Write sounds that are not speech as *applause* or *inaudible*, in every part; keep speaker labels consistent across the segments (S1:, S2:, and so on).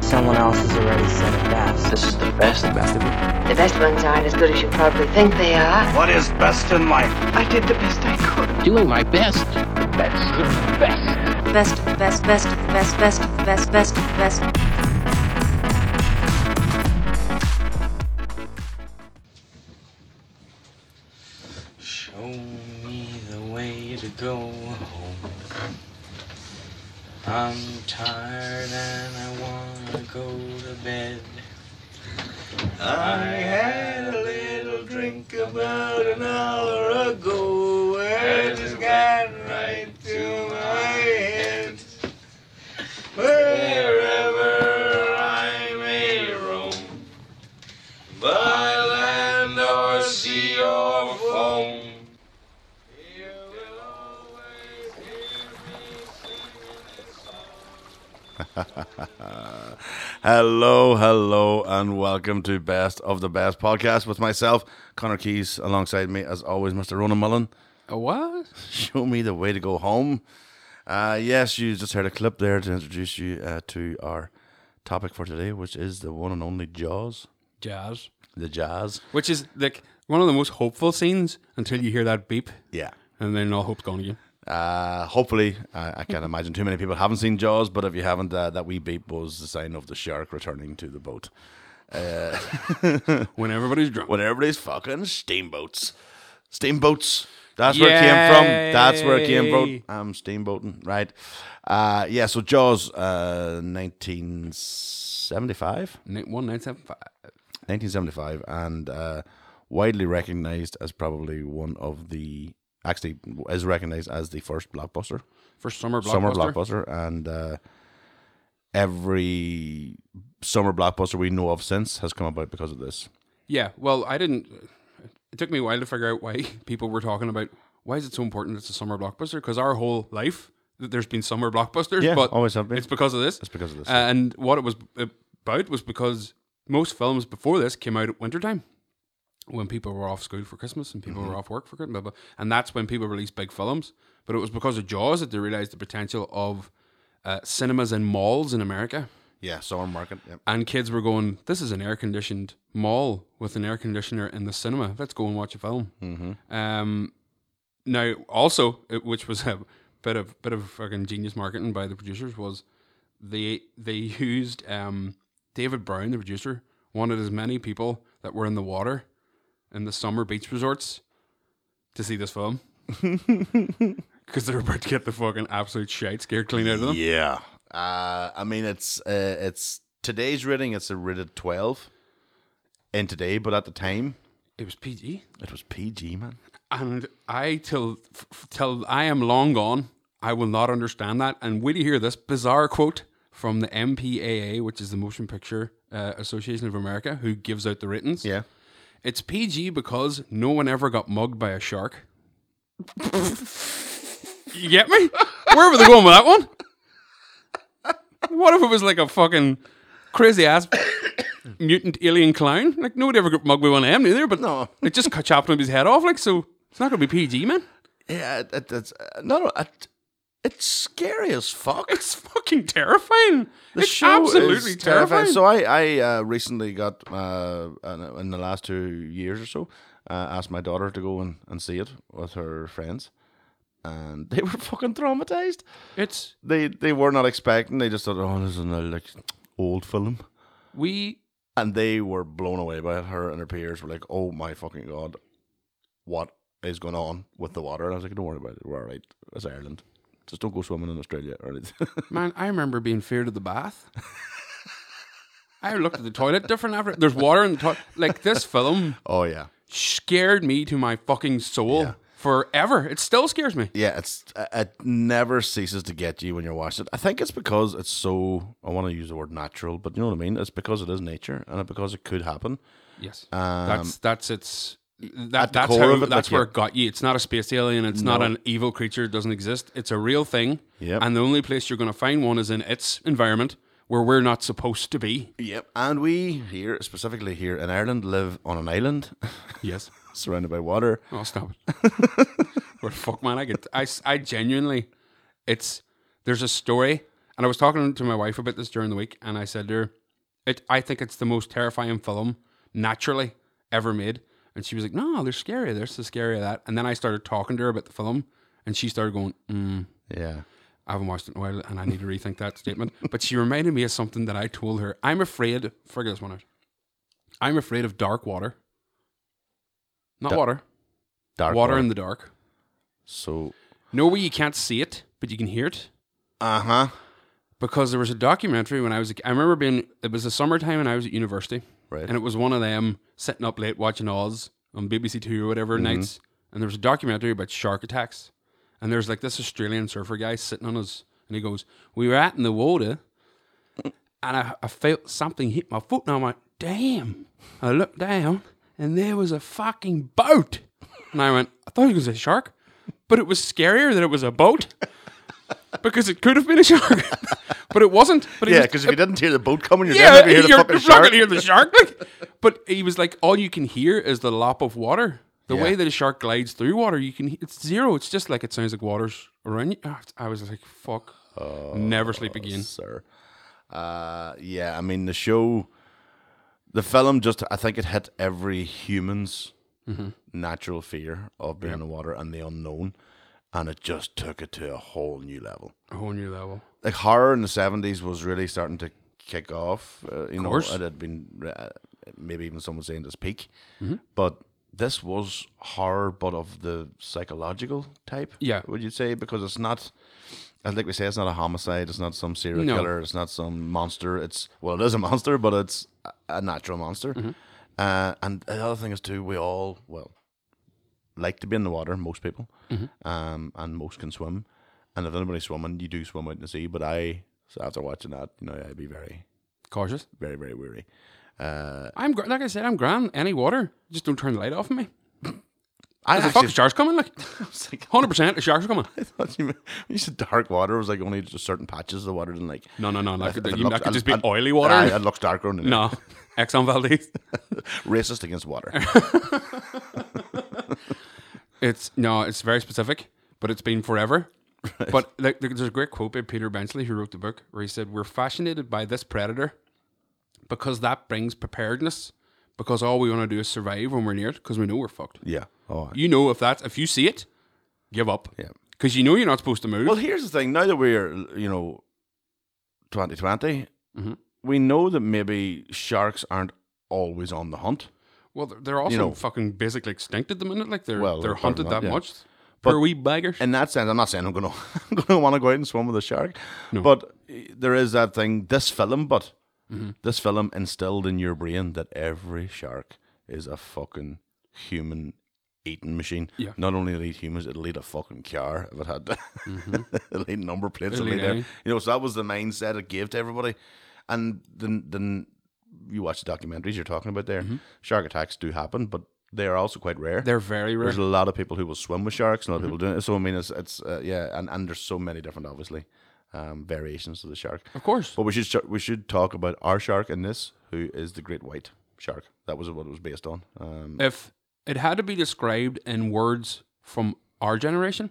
S1: Someone else has already said it best.
S2: This is the best.
S3: best of it.
S4: The best ones aren't as good as you probably think they are.
S5: What is best in life?
S4: I did the best I could.
S2: Doing my best. The best. The best.
S6: best, best, best, best, best, best, best, best.
S2: Show me the way to go home. I'm tired and I wanna go to bed. I had a little drink about an hour ago. I just got right to my head. Wherever I may roam, by land or sea or foam. you will always
S7: Hello, hello, and welcome to Best of the Best podcast with myself, Connor Keys, alongside me, as always, Mr. Ronan Mullen. *laughs*
S3: A what?
S7: Show me the way to go home. Uh, yes, you just heard a clip there to introduce you uh, to our topic for today, which is the one and only Jaws,
S3: Jazz.
S7: the jazz.
S3: Which is like one of the most hopeful scenes until you hear that beep,
S7: Yeah.
S3: and then all hope's gone again.
S7: Uh, hopefully, I, I can't imagine too many people haven't seen Jaws, but if you haven't, uh, that wee beep was the sign of the shark returning to the boat.
S3: When everybody's drunk.
S7: when everybody's fucking steamboats. Steamboats. That's where it came from. That's where it came
S3: Yay.
S7: from. I'm steamboating, right? Uh, yeah, so Jaws, uh, 1975.
S3: Night One nine seven five.
S7: 1975, and uh, widely recognized as probably one of the, actually, is recognized as the first blockbuster
S3: First summer blockbuster.
S7: summer blockbuster, and uh, every summer blockbuster we know of since has come about because of this.
S3: Yeah. Well, I didn't. It took me a while to figure out why *laughs* people were talking about why is it so important it's a summer blockbuster because our whole life th- there's been summer blockbusters.
S7: Yeah,
S3: but
S7: always have been.
S3: It's because of this.
S7: It's because of this,
S3: Uh,
S7: yeah.
S3: and what it was uh, about was because most films before this came out at wintertime. When people were off school for Christmas and
S7: Mm-hmm.
S3: people were off work for Christmas, blah, blah, and that's when people released big films. But it was because of Jaws that they realized the potential of uh, cinemas and malls in America
S7: Yeah, summer market. Yep.
S3: and kids were going, "This is an air conditioned mall with an air conditioner in the cinema. Let's go and watch a film." Mm-hmm. Um, now, also, it- which was a bit of bit of fucking genius marketing by the producers, was they they used um, David Brown, the producer, wanted as many people that were in the water in the summer beach resorts to see this film. *laughs* Because they're about to get the fucking absolute shite scared clean out of them.
S7: Yeah. Uh, I mean, it's uh, it's today's rating. It's a rated twelve, in today, but at the time
S3: It was PG.
S7: it was PG, man.
S3: And I till f- f- till I am long gone, I will not understand that. And will you hear this bizarre quote from the MPAA, which is the Motion Picture uh, Association of America, who gives out the ratings?
S7: Yeah.
S3: it's PG because no one ever got mugged by a shark. you get me? Where were they going with that one? What if it was like a fucking crazy ass mutant alien clown? Like nobody ever got mugged by one of them either, but
S7: No.
S3: it just cut- chopped his head off. Like so, it's not gonna be PG, man.
S7: Yeah, it, that's uh, no, no. It, it's scary as fuck.
S3: It's fucking terrifying.
S7: The
S3: it's
S7: show is
S3: absolutely terrifying.
S7: So I I uh, recently got uh, uh, in the last two years or so uh, asked my daughter to go and, and see it with her friends, and they were *laughs* fucking traumatized.
S3: it's
S7: They they were not expecting. They just thought, oh, this is an like old film.
S3: we
S7: and they were blown away by it. Her and her peers were like, "Oh my fucking god, what is going on with the water?" And I was like, "Don't worry about it. We're all right. It's Ireland. Just don't go swimming in Australia or anything." *laughs*
S3: Man, I remember being feared of the bath. I looked at the toilet different after. There's water in the toilet. Like this film
S7: oh yeah,
S3: scared me to my fucking soul
S7: Yeah.
S3: forever. It still scares me.
S7: yeah. It's uh, it never ceases to get you when you're watching it. I think it's because it's so. I want to use the word natural, but you know what I mean. It's because it is nature and it- because it could happen.
S3: Yes, that's that's
S7: Um,
S3: its.
S7: at
S3: That,
S7: the
S3: that's
S7: core
S3: how,
S7: of it,
S3: that's
S7: like,
S3: where
S7: yeah.
S3: it got you. It's not a space alien. It's not
S7: No.
S3: an evil creature. It doesn't exist. It's a real thing.
S7: Yep.
S3: And the only place you're going to find one is in its environment where we're not supposed to be.
S7: Yep. And we here, specifically here in Ireland, live on an island *laughs*
S3: Yes.
S7: surrounded by water.
S3: Oh, stop it. *laughs* well, fuck, man. I get. I, s- I genuinely. It's. There's a story. And I was talking to my wife about this during the week. And I said to her, It, I think it's the most terrifying film naturally ever made. And she was like, "No, they're scary. They're so scary of that." And then I started talking to her about the film, and she started going, mm,
S7: Yeah.
S3: "I haven't watched it in a while, and I need to rethink that statement." *laughs* But she reminded me of something that I told her. I'm afraid. Figure this one out. I'm afraid of dark water. Not
S7: Da-
S3: water.
S7: Dark
S3: water in the dark.
S7: so.
S3: No way you can't see it, but you can hear it.
S7: Uh huh.
S3: because there was a documentary when I was a, I remember being it was the summertime and I was at university
S7: Right.
S3: and it was one of them sitting up late watching Oz on BBC Two or whatever nights and there was a documentary about shark attacks and there's like this Australian surfer guy sitting on his and he goes we were out in the water and I, I felt something hit my foot and I went damn I looked down and there was a fucking boat and I went I thought it was a shark but it was scarier that it was a boat *laughs* because it could have been a shark *laughs* but it wasn't but it
S7: Yeah,
S3: was,
S7: because if you didn't hear the boat coming, you're
S3: yeah,
S7: definitely hear the
S3: you're,
S7: fucking
S3: you're not
S7: shark.
S3: gonna hear the shark. Like, but he was like, all you can hear is the lop of water. The
S7: Yeah.
S3: way that a shark glides through water, you can it's zero. It's just like it sounds like water's around you. Ah, I was like, fuck,
S7: Oh,
S3: never sleep again.
S7: sir. Uh, yeah, I mean the show, the film just I think it hit every human's Mm-hmm. natural fear of being in the water and the unknown, and it just took it to a whole new level.
S3: A whole new level.
S7: Like horror in the seventies was really starting to kick off. Uh, you know,
S3: course.
S7: it had been uh, maybe even someone saying this peak,
S3: Mm-hmm.
S7: but. This was horror, but of the psychological type.
S3: Yeah.
S7: would you say? Because it's not and like we say, it's not a homicide. It's not some serial
S3: No.
S7: killer. It's not some monster. It's well, it is a monster, but it's a- a natural monster.
S3: Mm-hmm.
S7: Uh, and the other thing is too, we all well like to be in the water. Most people,
S3: Mm-hmm.
S7: um, and most can swim. And if anybody's swimming, you do swim out in the sea. But I, so after watching that, you know, I'd be very,
S3: Cautious.
S7: very, very weary.
S3: I'm gr- like I said, I'm grand. Any water, just don't turn the light off on me.
S7: I
S3: As a fuck, a shark's coming. Like,
S7: was like,
S3: hundred percent, the sharks are coming.
S7: *laughs* I thought you meant, when you said dark water it was like only just certain patches of the water, didn't like.
S3: No, no, no. That
S7: if-
S3: could,
S7: if it
S3: you-
S7: looks-
S3: that could
S7: and-
S3: just be
S7: and-
S3: oily water.
S7: Aye, it looks darker on the net.
S3: no, Exxon Valdez.
S7: *laughs* racist against water.
S3: *laughs* It's no, it's very specific, but it's been forever. But like, there- there's a great quote by Peter Benchley, who wrote the book, where he said, "We're fascinated by this predator because that brings preparedness. Because all we want to do is survive when we're near it, because we know we're fucked.
S7: yeah. Oh,
S3: You know, if that's if you see it, give up.
S7: Yeah.
S3: because you know you're not supposed to move.
S7: Well, here's the thing. Now that we're you know, 2020,
S3: Mm-hmm.
S7: we know that maybe sharks aren't always on the hunt.
S3: well, they're- they're also
S7: know.
S3: fucking basically extinct at the minute. Like they're
S7: Well,
S3: they're
S7: they're
S3: hunted
S7: not,
S3: that
S7: yeah.
S3: much.
S7: But-
S3: Poor wee baggers.
S7: In that sense, I'm not saying I'm gonna *laughs* I'm gonna want to go out and swim with a shark, but eh, there is that thing. This film, but
S3: Mm-hmm.
S7: this film instilled in your brain that every shark is a fucking human. Eating machine.
S3: Yeah.
S7: Not only it'll eat humans, it'll eat a fucking car if it had to. *laughs* it'll eat number plates.
S3: Mm-hmm. It'll
S7: It'll
S3: eat
S7: eat ev-
S3: any.
S7: You know, so that was the mindset it gave to everybody. And then, then you watch the documentaries you're talking about there. Shark attacks do happen, but they are also quite rare.
S3: Mm-hmm. they're very rare.
S7: There's a lot of people who will swim with sharks, and a lot
S3: Mm-hmm.
S7: of people doing it. So I mean, it's it's uh, yeah, and, and there's so many different obviously um, variations of the shark.
S3: Of course.
S7: But we should sh- we should talk about our shark in this, who is the great white shark. That was what it was based on. Um,
S3: if it had to be described in words from our generation,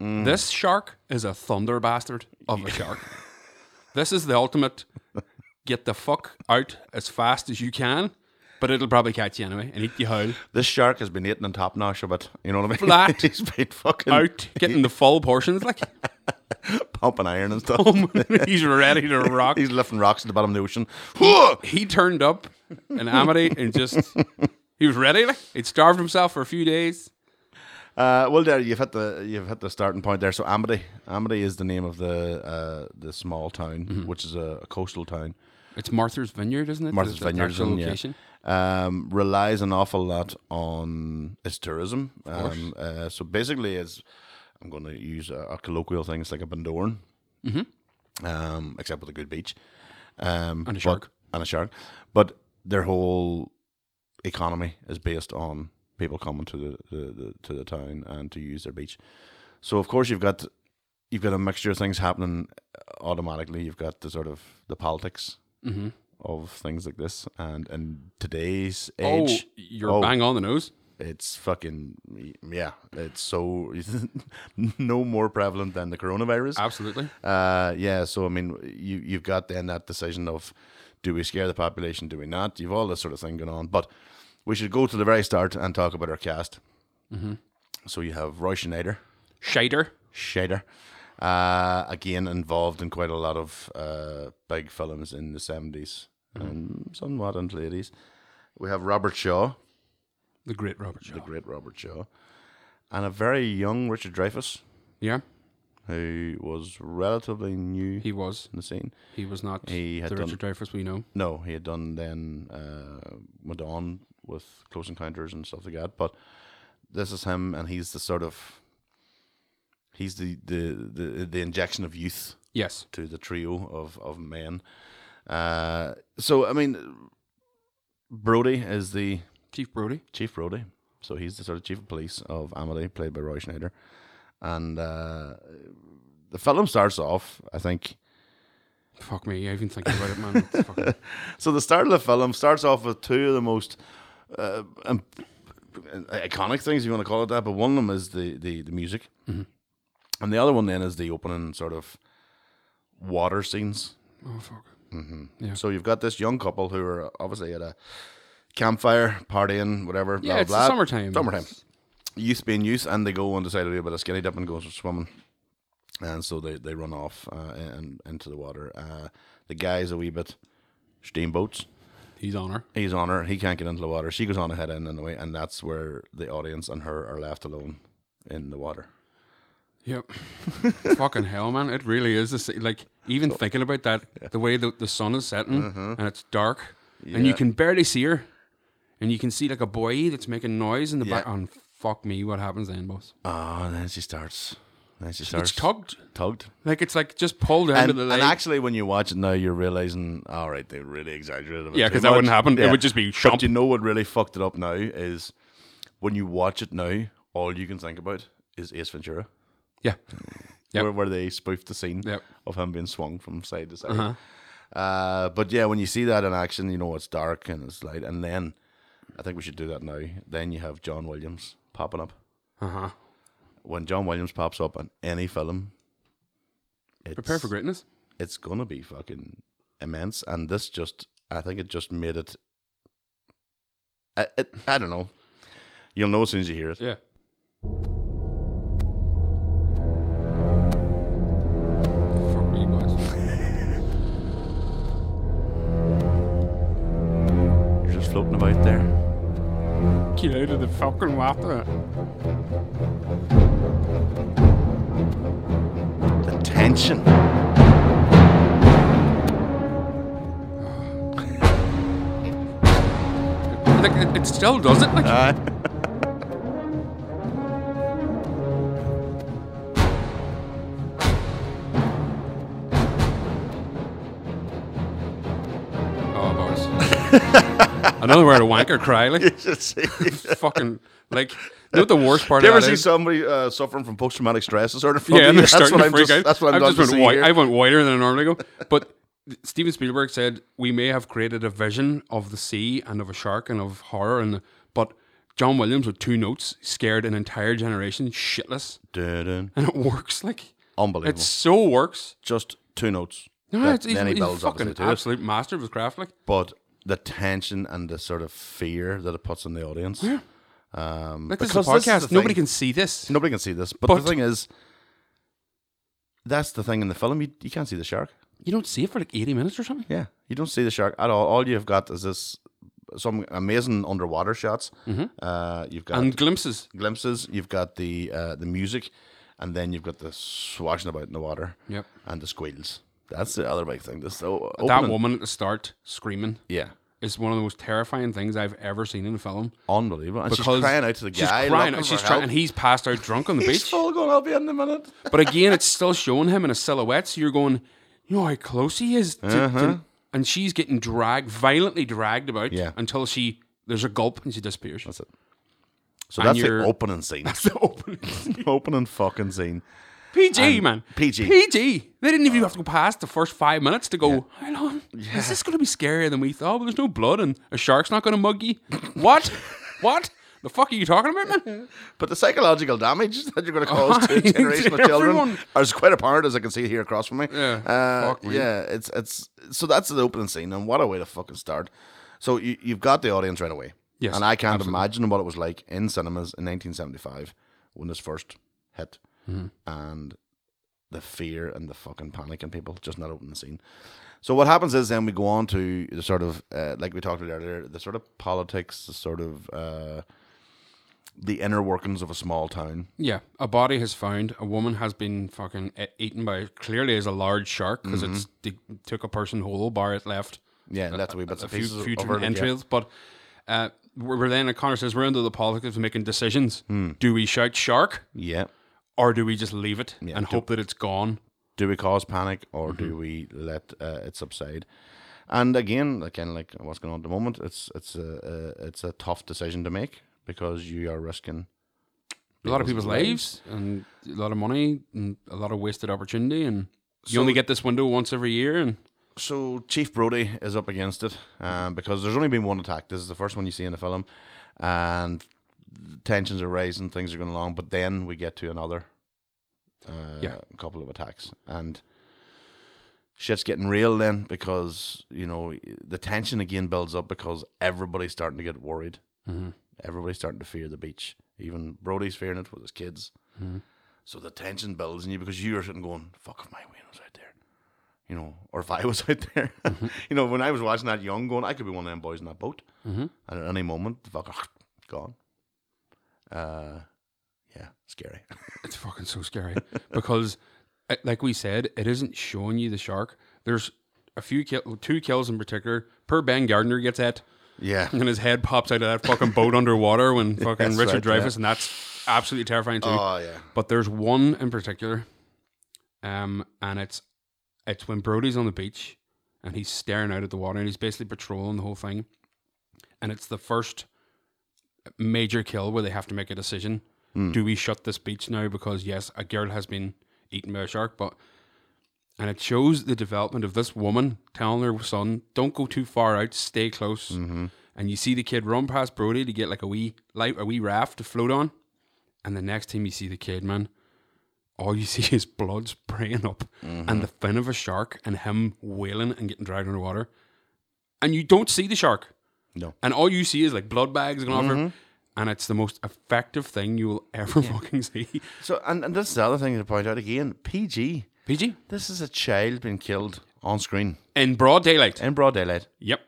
S7: Mm.
S3: this shark is a thunder bastard of
S7: *laughs*
S3: a shark. this is the ultimate get the fuck out as fast as you can, but it'll probably catch you anyway and eat you whole.
S7: this shark has been eating on top nosh of it. You know what I mean?
S3: Flat
S7: *laughs* He's been fucking
S3: Out, getting the full portions, like *laughs* oh
S7: pumping iron and stuff.
S3: he's ready to
S7: *laughs*
S3: rock.
S7: He's lifting rocks at the bottom of the ocean. Whoa!
S3: *laughs* He turned up in Amity and just he was ready. Like he'd starved himself for a few days.
S7: Uh, well, there you've hit the you've hit the starting point there. So Amity, Amity is the name of the uh, the small town,
S3: Mm-hmm.
S7: which is a, a coastal town.
S3: It's Martha's Vineyard, isn't it?
S7: Martha's
S3: It's the
S7: Vineyard
S3: actual
S7: and, yeah, um, relies an awful lot on its tourism. Um, uh, so basically, it's I'm going to use a, a colloquial thing. It's like a Bendoran, mm-hmm. um, except with a good beach um,
S3: And a
S7: but-
S3: shark.
S7: and a shark. But their whole economy is based on people coming to the, the, the to the town and to use their beach. So of course you've got you've got a mixture of things happening automatically. You've got the sort of the politics
S3: Mm-hmm.
S7: of things like this, and in today's
S3: Oh,
S7: age,
S3: you're
S7: Oh,
S3: bang on the nose.
S7: It's fucking yeah. It's so *laughs* no more prevalent than the coronavirus.
S3: Absolutely.
S7: Uh, yeah, so I mean, you you've got then that decision of do we scare the population, do we not? You've all this sort of thing going on, but we should go to the very start and talk about our cast. Mm-hmm. So you have Roy Schneider,
S3: Shider.
S7: Schneider, uh, again involved in quite a lot of uh, big films in the 70s and somewhat into the eighties. We have Robert Shaw,
S3: The great Robert Shaw.
S7: the great Robert Shaw, and a very young Richard Dreyfuss
S3: Yeah,
S7: who was relatively new
S3: he was.
S7: in the scene.
S3: He was not
S7: He had
S3: the
S7: done-
S3: Richard Dreyfuss we know.
S7: No, he had done then uh, went on with Close Encounters and stuff like that. But this is him, and he's the sort of he's the the the, the injection of youth
S3: Yes.
S7: to the trio of of men. Uh, so I mean, Brody is the
S3: Chief Brody.
S7: Chief Brody. So he's the sort of chief of police of Amity, played by Roy Schneider. And uh, the film starts off, I think.
S3: Fuck me. I even thinking about
S7: *laughs*
S3: it, man. It's fucking-
S7: So the start of the film starts off with two of the most uh, um, iconic things, if you want to call it that. But one of them is the the, the music,
S3: Mm-hmm.
S7: and the other one then is the opening sort of water scenes.
S3: oh fuck.
S7: So you've got this young couple who are obviously at a campfire partying, whatever.
S3: Yeah,
S7: blah,
S3: it's the
S7: blah.
S3: summertime.
S7: Summertime. Youth being youth, and they go and decide to do a bit of skinny dipping, go swimming, and so they, they run off uh, and into the water. Uh, the guy's a wee bit steamboats.
S3: He's on her.
S7: He's on her. He can't get into the water. She goes on ahead in anyway, and that's where the audience and her are left alone in the water. *laughs*
S3: Yep. Fucking hell, man. It really is. This, like, even thinking about that, the way the, the sun is setting and it's dark and you
S7: Uh-huh. Yeah.
S3: can barely see her and you can see like a boy that's making noise in the
S7: Yeah.
S3: back. And fuck me, what happens then, boss?
S7: Oh, and then she starts. Then she starts
S3: It's tugged.
S7: tugged.
S3: Like, it's like just pulled out
S7: And,
S3: of the
S7: and
S3: leg.
S7: actually, when you watch it now, you're realizing, all right, they really exaggerated. a bit
S3: yeah,
S7: too
S3: because that wouldn't
S7: much.
S3: happen. It
S7: Yeah.
S3: would just be
S7: But
S3: shot.
S7: you know what really fucked it up now is when you watch it now, all you can think about is Ace Ventura,
S3: yeah. Yep.
S7: where, where they spoofed the scene
S3: Yep. Uh-huh.
S7: of him being swung from side to side. Uh, but yeah, when you see that in action, you know it's dark and it's light. And then I think we should do that now. Then you have John Williams popping up.
S3: Uh huh.
S7: When John Williams pops up in any film, it's,
S3: Prepare for greatness.
S7: it's gonna be fucking immense. And this just, I think it just made it. I, it, I don't know. You'll know as soon as you hear it.
S3: Yeah. Fuck me, boss.
S7: You're just floating about there.
S3: Get out of the fucking water.
S7: The tension. *laughs*
S3: Like, it, it still does it. Like, Oh, boys. *laughs* Another word, a wanker
S7: *laughs*
S3: cry. Like,
S7: Just see.
S3: fucking, like, you know what the worst part
S7: Do you
S3: of
S7: ever
S3: that
S7: see
S3: is?
S7: somebody uh, suffering from post traumatic stress disorder?
S3: *laughs* yeah, and they're
S7: that's
S3: starting
S7: what
S3: to
S7: I'm
S3: freak
S7: just,
S3: out.
S7: That's what I'm
S3: I've
S7: done
S3: just
S7: to
S3: went
S7: see
S3: white.
S7: here.
S3: I went whiter than I normally go. But Steven Spielberg said we may have created a vision of the sea and of a shark and of horror, and but John Williams with two notes scared an entire generation shitless,
S7: Dun-dun.
S3: and it works. Like,
S7: Unbelievable.
S3: it so works.
S7: just two notes.
S3: No,
S7: That-
S3: it's, he's,
S7: then he
S3: he's
S7: builds up
S3: fucking
S7: to it.
S3: absolute master of his craft. Like,
S7: But the tension and the sort of fear that it puts on the audience. Um,
S3: like this is a
S7: because this is
S3: podcast.
S7: the
S3: Nobody
S7: thing-
S3: can see this.
S7: Nobody can see this. But,
S3: But-
S7: the thing is, that's the thing in the film. You, you can't see the shark.
S3: You don't see it for like eighty minutes or something.
S7: Yeah, you don't see the shark at all. All you've got is this some amazing underwater shots. Uh, you've got
S3: Mm-hmm. and glimpses.
S7: glimpses. You've got the uh, the music, and then you've got the swashing about in the water.
S3: Yep.
S7: And the squeals. That's the other big thing. This so
S3: That woman at the start screaming
S7: Yeah.
S3: is one of the most terrifying things I've ever seen in a film.
S7: Unbelievable. And she's
S3: Because
S7: crying out to the
S3: She's
S7: guy.
S3: crying.
S7: looking
S3: out,
S7: for
S3: She's
S7: help.
S3: trying, and he's passed out drunk on the
S7: *laughs* He's
S3: beach.
S7: full going, I'll be in a minute.
S3: But again, it's still showing him in a silhouette. So you're going, you know how close he is. To, to-" and she's getting dragged, violently dragged about
S7: Uh-huh. Yeah.
S3: until she there's a gulp and she disappears. *laughs*
S7: That's it. So
S3: And
S7: that's the
S3: you're- *laughs*
S7: opening scene.
S3: the opening.
S7: opening fucking scene.
S3: PG man.
S7: PG.
S3: PG. They didn't even have to go past the first five minutes to go. Hang on, *laughs* is this going to be scarier than we thought? Well, there's no blood and a shark's not going to mug you. what? What? The fuck are you talking
S7: *laughs*
S3: about, man?
S7: But the psychological damage *laughs* that you're going to cause
S3: *laughs*
S7: to a
S3: To
S7: generation of children
S3: Oh, everyone.
S7: is quite apparent, as I can see here across from me.
S3: Yeah.
S7: Uh,
S3: Fuck me.
S7: yeah. It's it's so that's the opening scene, and what a way to fucking start. So you, you've got the audience right away.
S3: Yes,
S7: And I can't imagine what it was like in cinemas in 1975 when this first hit,
S3: Mm-hmm.
S7: and the fear and the fucking panic and people just not opening the scene. So what happens is then we go on to the sort of uh, like we talked about earlier, the sort of politics, the sort of uh, the inner workings of a small town.
S3: Yeah, a body has found. A woman has been fucking e- eaten by clearly as a large shark because it's they took a person whole, bar it left
S7: Yeah, that's wee bits
S3: a
S7: and
S3: few,
S7: pieces
S3: few
S7: of her,
S3: different entrails. But uh, we're we're then, and Connor says, we're into the politics of making decisions. Do we shout shark
S7: Yeah. Yeah.
S3: or do we just leave it and
S7: do-
S3: hope that it's gone?
S7: Do we cause panic or do we let uh, it subside? And again, again, like what's going on at the moment, it's it's a, a it's a tough decision to make because you are risking
S3: A lot of people's lives and a lot of money and a lot of wasted opportunity. And you only get this window once every year. And
S7: so Chief Brody is up against it um, because there's only been one attack. This is the first one you see in the film, and tensions are rising, things are going along. But then we get to another uh,
S3: Yeah.
S7: couple of attacks, and shit's getting real then because you know the tension again builds up because everybody's starting to get worried. Everybody's starting to fear the beach. Even Brody's fearing it with his kids. So the tension builds in you because you are sitting going, "Fuck if my Wayne was out there." you know, or if I was *laughs* out there, you know, when I was watching that young, going, I could be one of them boys in that boat, and at any moment, the fucker gone. Uh, yeah, scary. *laughs*
S3: It's fucking so scary *laughs* because, uh, like we said, it isn't showing you the shark. There's a few kill, two kills in particular. Per Ben Gardner gets at,
S7: yeah,
S3: and his head pops out of that fucking boat *laughs* underwater when fucking
S7: That's
S3: Richard
S7: right,
S3: Dreyfuss, and that's absolutely terrifying too.
S7: oh yeah,
S3: but there's one in particular, um, and it's it's when Brody's on the beach and he's staring out at the water and he's basically patrolling the whole thing, and it's the first major kill where they have to make a decision: do we shut this beach now? Because yes, a girl has been eaten by a shark, but and it shows the development of this woman telling her son, "Don't go too far out, stay close." And you see the kid run past Brody to get like a wee light, a wee raft to float on. And the next time you see the kid, man, all you *laughs* see is blood spraying up
S7: Mm-hmm.
S3: and the fin of a shark and him wailing and getting dragged underwater. And you don't see the shark.
S7: No. Mm-hmm.
S3: And all you see is like blood bags going off her. And it's the most effective thing you will *laughs* ever fucking see.
S7: So and and this is the other thing to point out again. PG.
S3: PG?
S7: This is a child being killed on screen
S3: In broad daylight.
S7: in broad daylight.
S3: Yep.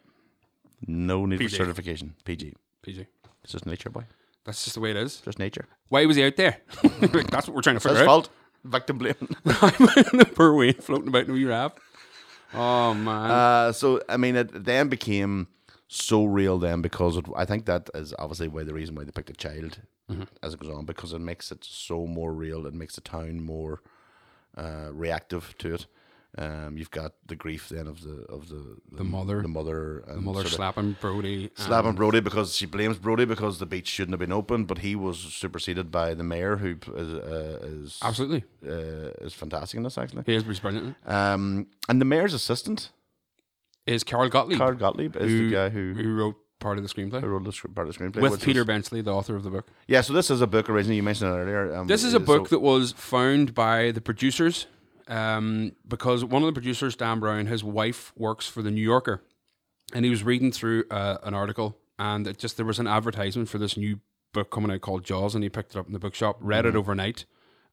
S7: No need
S3: PG.
S7: for certification. PG.
S3: PG.
S7: It's just nature, boy.
S3: That's just the way it is.
S7: Just nature.
S3: Why was he
S7: *laughs*
S3: out there? *laughs* Like, That's what we're trying to
S7: It's
S3: figure
S7: his
S3: out. *laughs*
S7: fault. Victim blame. *laughs*
S3: the poor Wayne floating about in a wee raft. Oh man.
S7: Uh, so I mean, it then became so real then because it, I think that is obviously why the reason why they picked a child
S3: Mm-hmm.
S7: as it goes on because it makes it so more real. It makes the town more uh, reactive to it. Um, you've got the grief then of the of the the,
S3: mother.
S7: the mother, and
S3: the mother
S7: sort
S3: um,
S7: of
S3: slapping Brody. and-
S7: slapping Brody because she blames Brody because the beach shouldn't have been open, but he was superseded by the mayor who is uh, is
S3: Absolutely.
S7: uh, is fantastic in this actually.
S3: He is pretty brilliant.
S7: Um, and the mayor's assistant,
S3: Is Carol Gottlieb,
S7: Carl Gottlieb, is the guy who
S3: who wrote part of the screenplay
S7: I wrote the script, part of the screenplay
S3: with
S7: which
S3: Peter
S7: was-
S3: Bensley, the author of the book.
S7: yeah, so this is a book originally. You mentioned it earlier. Um,
S3: This is
S7: uh,
S3: a book
S7: so-
S3: that was found by the producers um, because one of the producers, Dan Brown, his wife works for the New Yorker, and he was reading through uh, an article, and it just there was an advertisement for this new book coming out called Jaws, and he picked it up in the bookshop, read
S7: Mm-hmm.
S3: it overnight,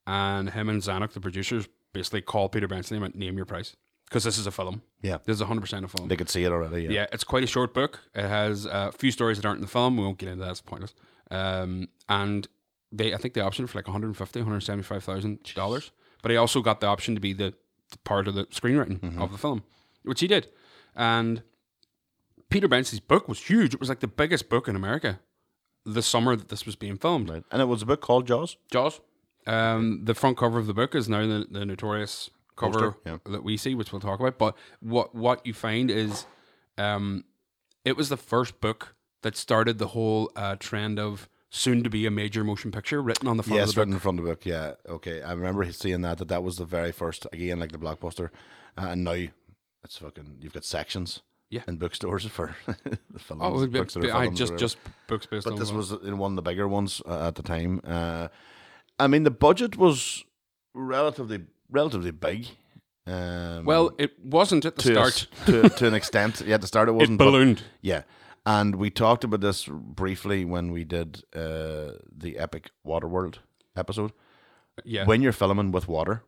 S3: and him and Zanuck, the producers, basically called Peter Bensley and went, "Name your price." Because this is a film.
S7: Yeah.
S3: This is 100% a film.
S7: they could see it already. Yeah,
S3: Yeah, it's quite a short book. It has uh, a few stories that aren't in the film. We won't get into that; it's pointless. Um, and they, I think, the option for like 150, 175,000 dollars. But he also got the option to be the, the part of the screenwriting of the film, which he did. And Peter Bensley's book was huge. It was like the biggest book in America. The summer that this was being filmed,
S7: Right. and it was a book called Jaws.
S3: Jaws. Um, the front cover of the book is now the, the notorious cover
S7: Poster, yeah.
S3: that we see, which we'll talk about. But what what you find is, um, it was the first book that started the whole uh, trend of soon to be a major motion picture written on the front
S7: Yes,
S3: of the book.
S7: written from the book. Yeah, okay. I remember seeing that. That that was the very first again, like the blockbuster, uh, and now it's fucking. You've got sections.
S3: Yeah.
S7: in bookstores *laughs* for the films.
S3: Oh, it would be-
S7: books that are
S3: be- I
S7: films or
S3: just
S7: whatever.
S3: just books based
S7: But
S3: on
S7: this
S3: the-
S7: was in one of the bigger ones uh, at the time. Uh, I mean, the budget was relatively relatively big. Um,
S3: well, it wasn't at the
S7: to a
S3: start.
S7: s- to, to an extent, yeah. At the start, it
S3: *laughs* It
S7: wasn't but-
S3: ballooned.
S7: yeah, and we talked about this briefly when we did uh, the epic Waterworld episode.
S3: *laughs* Yeah,
S7: When you're filming with water,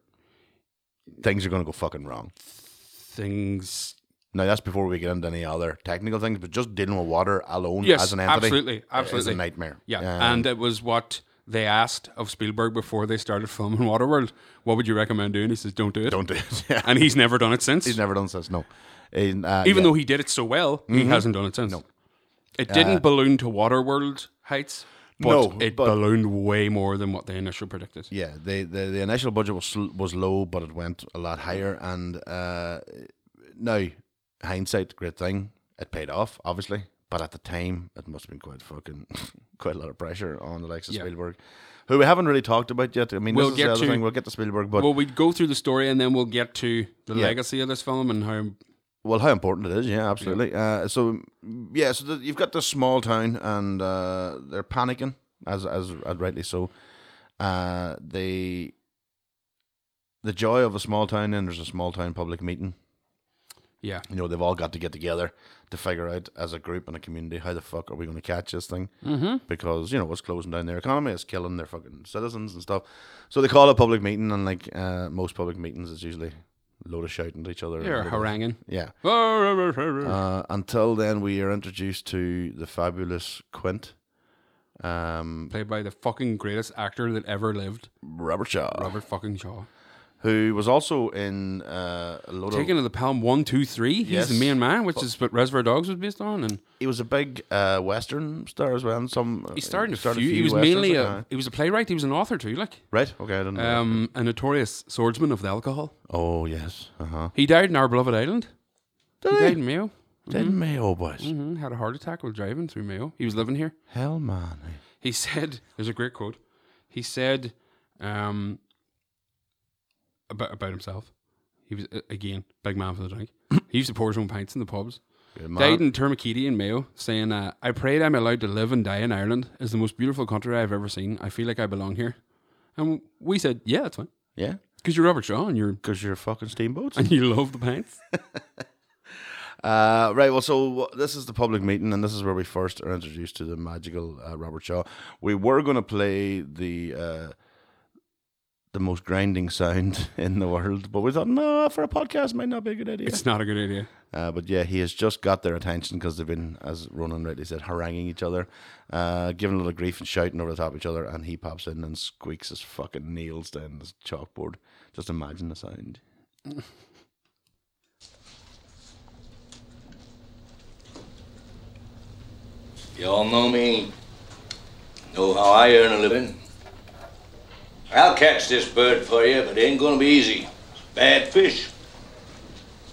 S7: things are going to go fucking wrong.
S3: things.
S7: Now that's before we get into any other technical things, but just dealing with water alone
S3: Yes,
S7: as an entity,
S3: absolutely,
S7: is a
S3: absolutely.
S7: nightmare.
S3: Yeah,
S7: Um,
S3: and it was what they asked of Spielberg before they started filming Waterworld. What would you recommend doing? He says, "Don't do it."
S7: don't do it. *laughs* Yeah.
S3: And he's never done it since.
S7: He's never done this. No, And, uh,
S3: Even
S7: yeah. Mm-hmm.
S3: though he did it so well, he hasn't done it since. No. It didn't balloon to Waterworld heights, but
S7: Uh, No,
S3: it
S7: but-
S3: ballooned way more than what they initially predicted.
S7: Yeah, the, the the initial budget was sl- was low, but it went a lot higher. And uh, now, hindsight, great thing, it paid off, obviously. But at the time, it must have been quite fucking *laughs* quite a lot of pressure on the likes of
S3: Yeah.
S7: Spielberg, who we haven't really talked about yet. I mean,
S3: We'll
S7: this is
S3: get
S7: the other
S3: to-
S7: thing. We'll get to Spielberg, but
S3: Well, we'd go through the story and then we'll get to the
S7: Yeah.
S3: legacy of this film and how
S7: Well, how important it is, yeah, absolutely. Uh, so, mm, yeah, so the, you've got this small town, and uh, they're panicking, as as and rightly so. Uh, the the joy of a small town, and there's a small town public meeting.
S3: yeah,
S7: You know, they've all got to get together to figure out as a group and a community how the fuck are we going to catch this thing? Mm-hmm. Because you know it's closing down their economy, it's killing their fucking citizens and stuff. So they call a public meeting, and like uh, most public meetings, it's usually a load of shouting to each other.
S3: they're haranguing.
S7: Yeah.
S3: Yeah,
S7: Uh, until then, we are introduced to the fabulous Quint, um,
S3: Played by the fucking greatest actor that ever lived,
S7: Robert Shaw,
S3: Robert fucking Shaw.
S7: who was also in uh, a lot of.
S3: Taken to the Palm one, two, three. He's
S7: Yes.
S3: the main man, which is what Reservoir Dogs was based on, and
S7: He was a big uh, Western star as well. And some uh,
S3: he started a few. he was mainly a he was a playwright. He was an author too, like
S7: right. Okay, I didn't know. that.
S3: um, a notorious swordsman of the alcohol.
S7: oh yes, uh huh.
S3: He died in our beloved island. He
S7: he?
S3: died in Mayo.
S7: Didn't Mayo boys?
S3: hmm Had a heart attack while driving through Mayo. He was living here.
S7: Hell man,
S3: He *laughs* said, "There's a great quote." He said, um, about about himself. He was uh, again big man for the drink. he used to pour his own pints in the pubs.
S7: Good
S3: Died
S7: man.
S3: in Termagedie in Mayo, saying, uh, "I prayed I'm allowed to live and die in Ireland. It's the most beautiful country I've ever seen. I feel like I belong here." And we said, "Yeah, that's fine,
S7: Yeah,
S3: because you're Robert Shaw and you're *laughs*
S7: because you're fucking steamboats.
S3: and you love the pints."
S7: Uh, right. Well, so wha- this is the public meeting, and this is where we first are introduced to the magical uh, Robert Shaw. We were going to play the uh, the most grinding sound *laughs* in the world, but we thought, no, for a podcast, might not be a good idea.
S3: It's not a good idea.
S7: Uh, but yeah, he has just got their attention because they've been, as Ronan rightly said, haranguing each other, uh, giving a little grief and shouting over the top of each other, and he pops in and squeaks his fucking nails down this chalkboard. Just imagine the sound.
S2: You all know me. Know how I earn a living. I'll catch this bird for you, but it ain't gonna be easy. It's bad fish.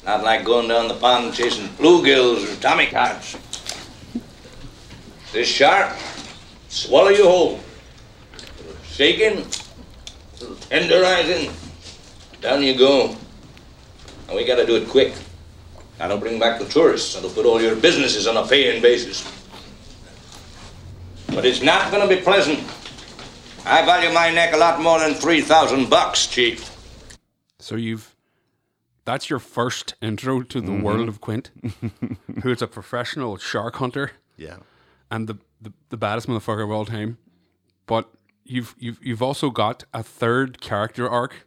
S2: Not like going down the pond chasing bluegills or tommy cats. This shark, swallow you whole. Little Shaking, little tenderizing. Down you go. And we gotta do it quick. I don't bring back the tourists. That'll put all your businesses on a paying basis. But it's not going to be pleasant. I value my neck a lot more than 3,000 bucks, Chief.
S3: So you've that's your first intro to
S7: Mm-hmm.
S3: the world of Quint, who is a professional shark hunter
S7: Yeah.
S3: and the, the, the baddest motherfucker of all time. But you've you've you've also got a third character arc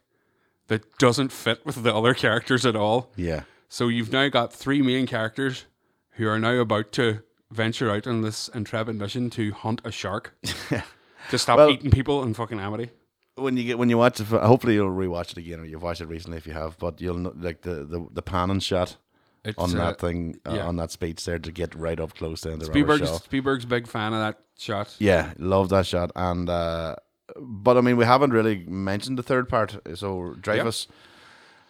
S3: that doesn't fit with the other characters at all.
S7: Yeah.
S3: So you've now got three main characters who are now about to venture out on this intrepid mission to hunt
S7: *laughs*
S3: a shark. To stop
S7: Well-
S3: eating people in fucking Amity.
S7: when you get when you watch it, hopefully you'll rewatch it again, or you've watched it recently if you have. But you'll know, like the the the panning shot
S3: It's,
S7: on
S3: uh,
S7: that thing uh,
S3: yeah.
S7: on that speech there to get right up close to the Robert
S3: Spielberg's,
S7: Shaw.
S3: Spielberg's big fan of that shot.
S7: Yeah, love that shot. And uh, but I mean, we haven't really mentioned the third part. So Dreyfus,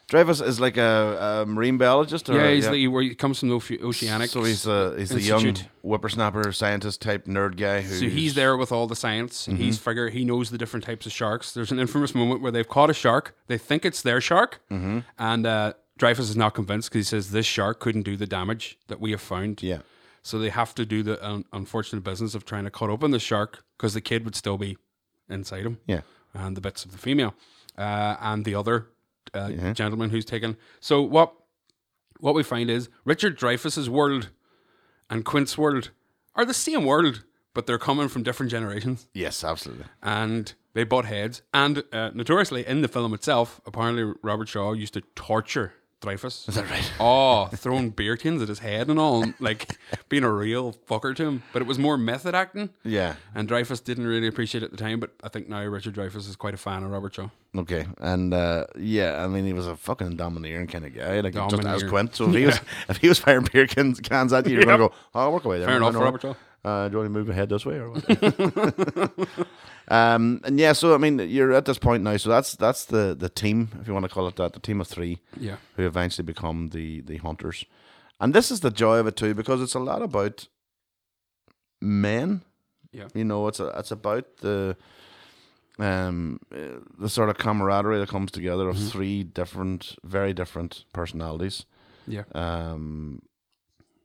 S7: Dreyfus is like a, a marine biologist. Or,
S3: Yeah, he's like he, where he comes from the Oce- oceanic.
S7: So he's a he's the young
S3: Institute.
S7: whippersnapper scientist type nerd guy. Who
S3: So he's there with all the science.
S7: Mm-hmm.
S3: and He's figure he knows the different
S7: Mm-hmm.
S3: types of sharks. There's an infamous moment where they've caught a shark. They think it's their shark, and uh, Dreyfus is not convinced because he says this shark couldn't do the damage that we have found.
S7: Yeah.
S3: So they have to do the un- unfortunate business of trying to cut open the shark because the kid would still be inside him
S7: Yeah.
S3: and the bits of the female uh, and the other uh, gentleman who's taken. So what what we find is Richard Dreyfuss's world and Quint's world are the same world, but they're coming from different generations
S7: Yes, absolutely.
S3: and they butt heads. And uh, notoriously, in the film itself, apparently Robert Shaw used to torture Dreyfus. Is that right? *laughs* Oh, throwing beer cans at his head and all, and, like being a real fucker to him. But it was more method acting.
S7: Yeah.
S3: And Dreyfus didn't really appreciate it at the time, but I think now Richard Dreyfus is quite a fan of Robert Shaw.
S7: Okay, and uh, yeah, I mean, he was a fucking domineering kind of guy, like just as
S3: Domineer.
S7: Quint.
S3: *laughs*
S7: So if he was if he was firing beer cans, cans at you, you're gonna
S3: Yep.
S7: go, "Oh, work away there."
S3: Fair
S7: I
S3: enough,
S7: know.
S3: Robert Shaw.
S7: Uh, do you want to move ahead this way or what?
S3: *laughs*
S7: *laughs* um, and yeah, so I mean, you're at this point now. So that's that's the the team, if you want to call it that, the team of three,
S3: Yeah.
S7: who eventually become the the hunters. And this is the joy of it too, because it's a lot about men.
S3: Yeah.
S7: you know, it's a, it's about the um uh, the sort of camaraderie that comes together
S3: Mm-hmm.
S7: of three different, very different personalities.
S3: Yeah.
S7: Um,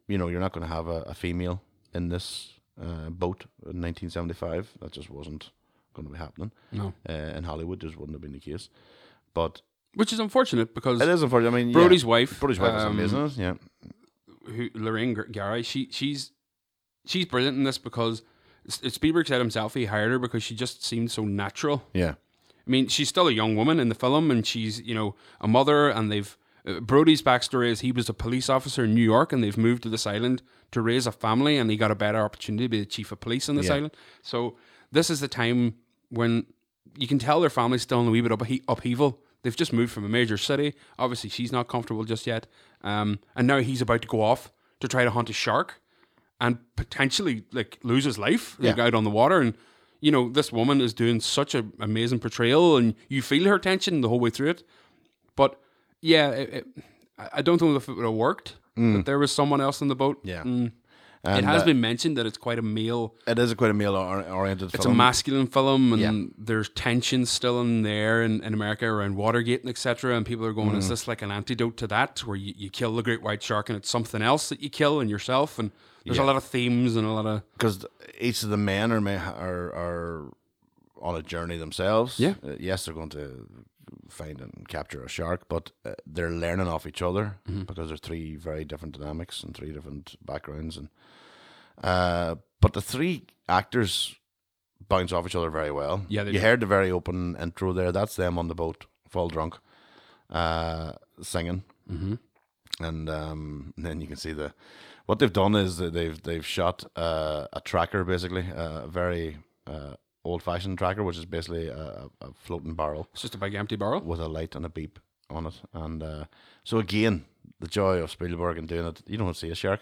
S7: you know, you're not going to have a, a female in this uh, boat in 1975. That just wasn't going to be happening.
S3: No.
S7: Uh, in Hollywood, just wouldn't have been the case. But
S3: Which is unfortunate because
S7: it is unfortunate. I mean, yeah.
S3: Brody's wife,
S7: Brody's wife
S3: um,
S7: is amazing. isn't it?
S3: who Lorraine Gar- Gary, she she's she's brilliant in this because S- Spielberg said himself he hired her because she just seemed so natural.
S7: Yeah, yeah.
S3: I mean, she's still a young woman in the film, and she's you know a mother, and they've uh, Brody's backstory is he was a police officer in New York, and they've moved to this island to raise a family, and he got a better opportunity to be the chief of police on this
S7: Yeah.
S3: island. So this is the time when you can tell their family's still in a wee bit of uphe- upheaval. They've just moved from a major city. Obviously, she's not comfortable just yet, um, and now he's about to go off to try to hunt a shark and potentially like lose his life like
S7: Yeah.
S3: out on the water and you know this woman is doing such an amazing portrayal and you feel her tension the whole way through it but yeah it, it, I I don't know if it would have worked but there was someone else in the boat
S7: Mm. Yeah.
S3: Mm.
S7: And,
S3: it has
S7: uh,
S3: been mentioned that it's quite a male
S7: It is quite a male or- oriented
S3: it's
S7: film.
S3: a masculine film and
S7: Um, Yeah.
S3: there's tension still in there in, in America around Watergate and etc. And people are going,
S7: Mm.
S3: is this like an antidote to that where you, you kill the great white shark and it's something else that you kill and yourself? And there's a lot of themes and a lot of.
S7: because each of the men are ma- are are on a journey themselves.
S3: Yeah.
S7: Uh, yes, they're going to find and capture a shark, but uh, they're learning off each other
S3: Mm-hmm.
S7: because there's three very different dynamics and three different backgrounds. And uh, but the three actors bounce off each other very well.
S3: Yeah, they
S7: you
S3: do.
S7: heard the very open intro there. That's them on the boat, full drunk, uh, singing
S3: Mm-hmm.
S7: and um, then you can see the what they've done is that they've they've shot uh, a tracker basically uh, a very uh, old fashioned tracker which is basically a, a floating barrel
S3: It's just a big empty barrel.
S7: with a light and a beep on it and uh, so again the joy of Spielberg and doing it you don't see a shark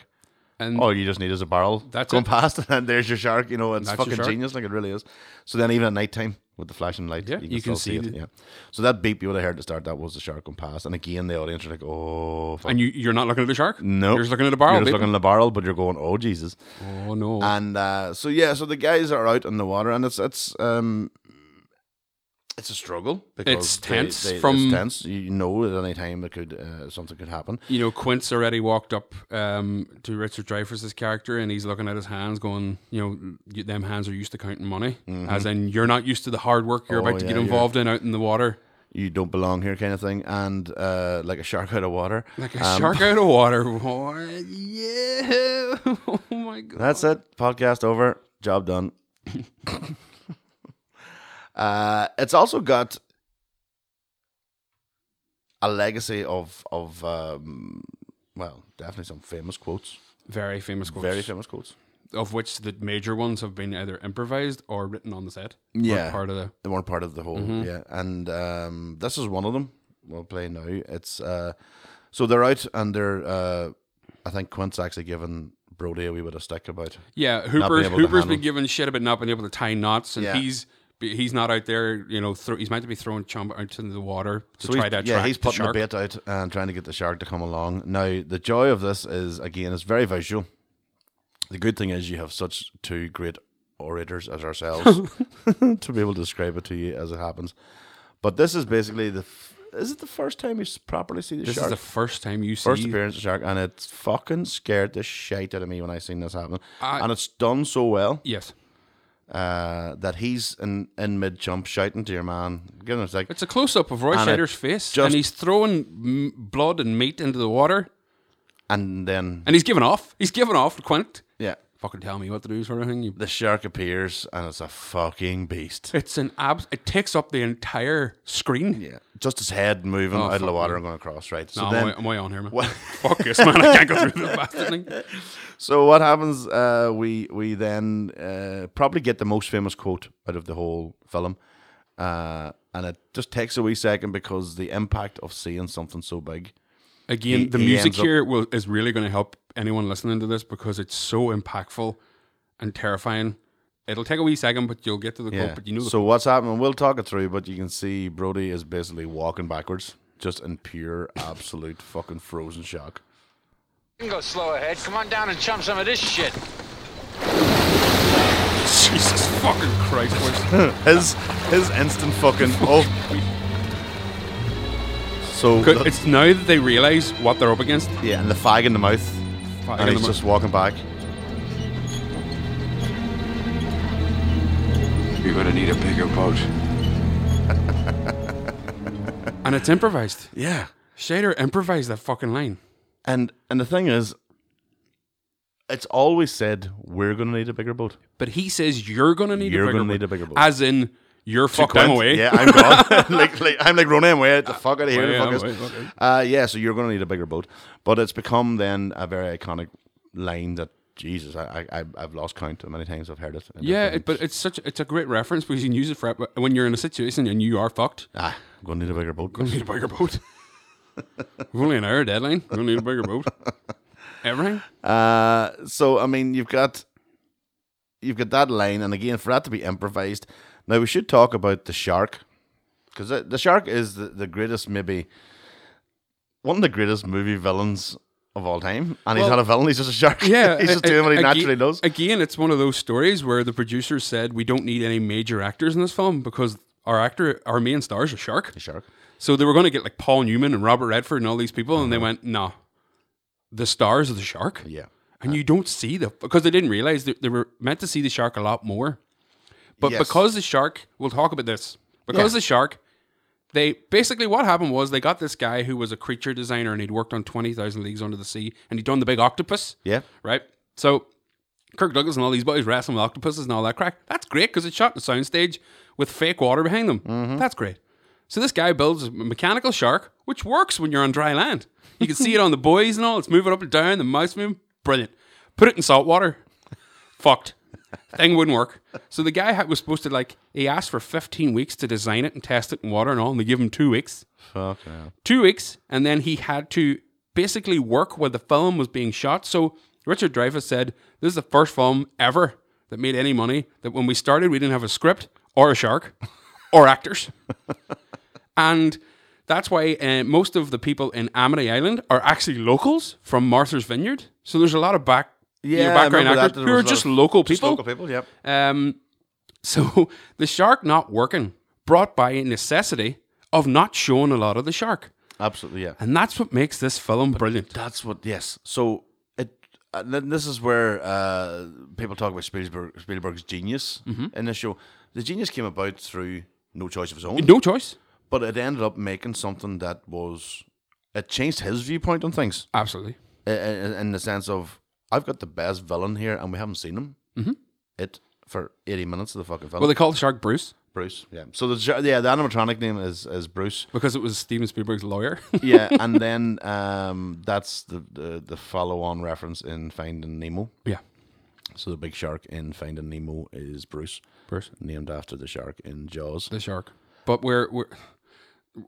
S3: And
S7: all you just need is a barrel
S3: That's
S7: going
S3: it.
S7: past and then there's your shark you know it's
S3: That's your
S7: fucking
S3: shark.
S7: genius like it really is so then even at nighttime with the flashing light
S3: Yeah, you
S7: still
S3: can see
S7: it
S3: the-
S7: yeah so that beep you would have heard at the start that was the shark going past and again the audience are like oh fuck.
S3: and you, you're not looking at the shark?
S7: No,
S3: You're just looking at a barrel.
S7: You're just
S3: babe.
S7: looking at a barrel, but you're going, "Oh Jesus!"
S3: oh, no.
S7: And uh, so yeah, so the guys are out in the water, and it's it's um, it's a struggle because
S3: It's tense
S7: They, they,
S3: from-
S7: it's tense. You know, at any time it could uh, something could happen.
S3: you know, Quint's already walked up um, to Richard Dreyfuss's character and he's looking at his hands, going, you know, "You- them hands are used to counting money. As in, you're not used to the hard work you're
S7: Mm-hmm. Oh,
S3: about to
S7: yeah,
S3: get
S7: you're-
S3: involved in out in the water.
S7: You don't belong here, kind of thing, and uh, like a shark out of water.
S3: Like a
S7: Um, *laughs*
S3: shark out of water. *laughs* What? Yeah. Oh my god.
S7: That's it. Podcast over. Job done.
S3: *laughs*
S7: uh, it's also got a legacy of of um, well, definitely some famous quotes,
S3: Very famous quotes.
S7: very famous quotes.
S3: Of which the major ones have been either improvised or written on the set. Or
S7: Yeah.
S3: Part of the
S7: They weren't part of the whole,
S3: Mm-hmm.
S7: yeah. And um, this is one of them. We'll play now. It's uh, so they're out and they're. Uh, I think Quint's actually given Brody a wee bit of stick about.
S3: Yeah, Hooper's
S7: able to
S3: Hooper's
S7: handle.
S3: been given shit about not being able to tie knots, and
S7: Yeah.
S3: he's he's not out there. You know, throw, he's meant to be throwing chum out into the water to try
S7: he's-
S3: to attract
S7: yeah, he's
S3: the
S7: putting the,
S3: shark.
S7: bait out and trying to get the shark to come along. Now, the joy of this is again, it's very visual. The good thing is you have such two great orators as *laughs*
S3: *laughs*
S7: ourselves to be able to describe it to you as it happens. But this is basically the f- is it the first time you s- properly see the
S3: This
S7: shark?
S3: is the first time you see.
S7: first appearance of shark, and it fucking scared the shit out of me when I seen this happen.
S3: I-
S7: and it's done so well
S3: Yes,
S7: uh, that he's in, in mid jump shouting to your man, giving him a like,
S3: it's a close up of Roy
S7: And it
S3: Scheider's face,
S7: just-
S3: and he's throwing m- blood and meat into the water,
S7: and then
S3: and he's giving off. He's giving off. Quint,
S7: yeah,
S3: fucking tell me what to do, sort of thing. You
S7: the shark appears and it's a fucking
S3: *laughs*
S7: beast.
S3: It's an abs. It takes up the entire screen.
S7: Yeah, just his head moving
S3: Oh,
S7: out of the
S3: fuck
S7: water
S3: me.
S7: and going across. Right. So
S3: No, I'm,
S7: then,
S3: way, I'm way on here, man.
S7: What-
S3: Fuck this, man. I can't go through the bastard thing.
S7: so what happens? Uh, we we then uh, probably get the most famous quote out of the whole film, uh, and it just takes a wee second because the impact of seeing something so big.
S3: Again,
S7: He-
S3: the
S7: he
S3: music
S7: ends up-
S3: here will, is really going to help anyone listening to this because it's so impactful and terrifying. It'll take a wee second, but you'll get to the quote. But you know, the,
S7: so what's happening? We'll talk it through, but you can see Brody is basically walking backwards, just in pure *laughs* absolute fucking frozen shock.
S5: You can go slow ahead. Come on down and chump some of this shit.
S3: Jesus fucking Christ, boys.
S7: His his instant fucking oh. So
S3: Good- it's now that they realize what they're up against.
S7: yeah, and the fag in the mouth, and
S3: Fag in the
S7: he's
S3: mouth.
S7: just walking back.
S8: You're gonna need a bigger boat.
S3: And it's improvised.
S7: Yeah,
S3: Shader improvised that fucking line.
S7: and and the thing is, it's always said we're gonna need a bigger boat.
S3: But he says you're gonna need
S7: You're
S3: a bigger
S7: gonna
S3: boat,"
S7: need a bigger boat.
S3: As in, you're fucked. I'm
S7: Quint, *laughs*
S3: away.
S7: Yeah, I'm gone.
S3: *laughs*
S7: like, like I'm like Ronan away. The fuck out of here.
S3: Away,
S7: the fuck
S3: I'm
S7: is-
S3: away, okay.
S7: Uh, yeah, so you're gonna need a bigger boat, but it's become then a very iconic line that Jesus, I, I I've- I've lost count of many times I've heard it. in
S3: Yeah,
S7: different-
S3: it, but it's such it's a great reference because you can use it for when you're in a situation and you are fucked.
S7: ah, I'm gonna need a bigger boat.
S3: We need a bigger boat. We've only an hour deadline. We need a bigger boat. Everything.
S7: Uh, so I mean, you've got you've got that line, and again, for that to be improvised. Now we should talk about the shark because the, the shark is the, the greatest, maybe one of the greatest movie villains of all time, and he's
S3: Well,
S7: not a villain; he's just a shark. *laughs*
S3: Yeah,
S7: he's just
S3: a-
S7: doing what he
S3: a- aga-
S7: naturally does.
S3: Again, it's one of those stories where the producers said we don't need any major actors in this film because our actor, our main star is a shark.
S7: The shark.
S3: So they were going to get like Paul Newman and Robert Redford and all these people, and they went, "Nah, the stars of the shark."
S7: Uh-huh. Yeah. Uh,
S3: and you don't see the because they didn't realize they, they were meant to see the shark a lot more. But
S7: Yes.
S3: because the shark, we'll talk about this. Because
S7: Yeah.
S3: the shark, they basically what happened was they got this guy who was a creature designer and he'd worked on twenty thousand leagues under the sea and he'd done the big octopus.
S7: Yeah.
S3: Right. So Kirk Douglas and all these buddies wrestling with octopuses and all that crack. That's great because it's shot in a soundstage with fake water behind them. That's great. So this guy builds a mechanical shark, which works when you're on dry land. You can see it on the buoys and all. It's moving up and down. The mouse moving. Brilliant. Put it in salt water. Fucked. Thing wouldn't work. So the guy had- was supposed to like he asked for 15 weeks to design it and test it in water and all, and they give him two weeks
S7: Fuck yeah.
S3: two weeks, and then he had to basically work where the film was being shot. So Richard Dreyfuss said, "This is the first film ever that made any money. That when we started, we didn't have a script or
S7: *laughs*
S3: a shark or actors, and." That's why uh, most of the people in Amity Island are actually locals from Martha's Vineyard. So there's a lot of back, you know,
S7: Yeah, I
S3: background
S7: remember that.
S3: actors
S7: There
S3: who
S7: was
S3: are
S7: a lot
S3: just
S7: of-
S3: local
S7: Just
S3: people.
S7: local people. Yep.
S3: Um, so *laughs* the shark not working brought by a necessity of not showing a lot of the shark.
S7: Absolutely. Yeah.
S3: And that's what makes this film brilliant.
S7: That's what. Yes. So it. And then this is where uh, people talk about Spielberg, Spielberg's genius
S3: Mm-hmm.
S7: in this show. The genius came about through no choice of his own,
S3: No choice.
S7: but it ended up making something that was. It changed his viewpoint on things
S3: Absolutely.
S7: i- i- in the sense of I've got the best villain here, and we haven't seen him. It for eighty minutes of the fucking film.
S3: Mm-hmm. Well, they call the shark Bruce
S7: Bruce. Yeah. So the sh- yeah the animatronic name is is
S3: *laughs*
S7: Bruce.
S3: because it was Steven Spielberg's lawyer. *laughs*
S7: yeah, and then um, that's the, the the follow-on reference in Finding Nemo.
S3: yeah.
S7: So the big shark in Finding Nemo is Bruce,
S3: Bruce.
S7: named after the shark in Jaws.
S3: The shark. But we're we're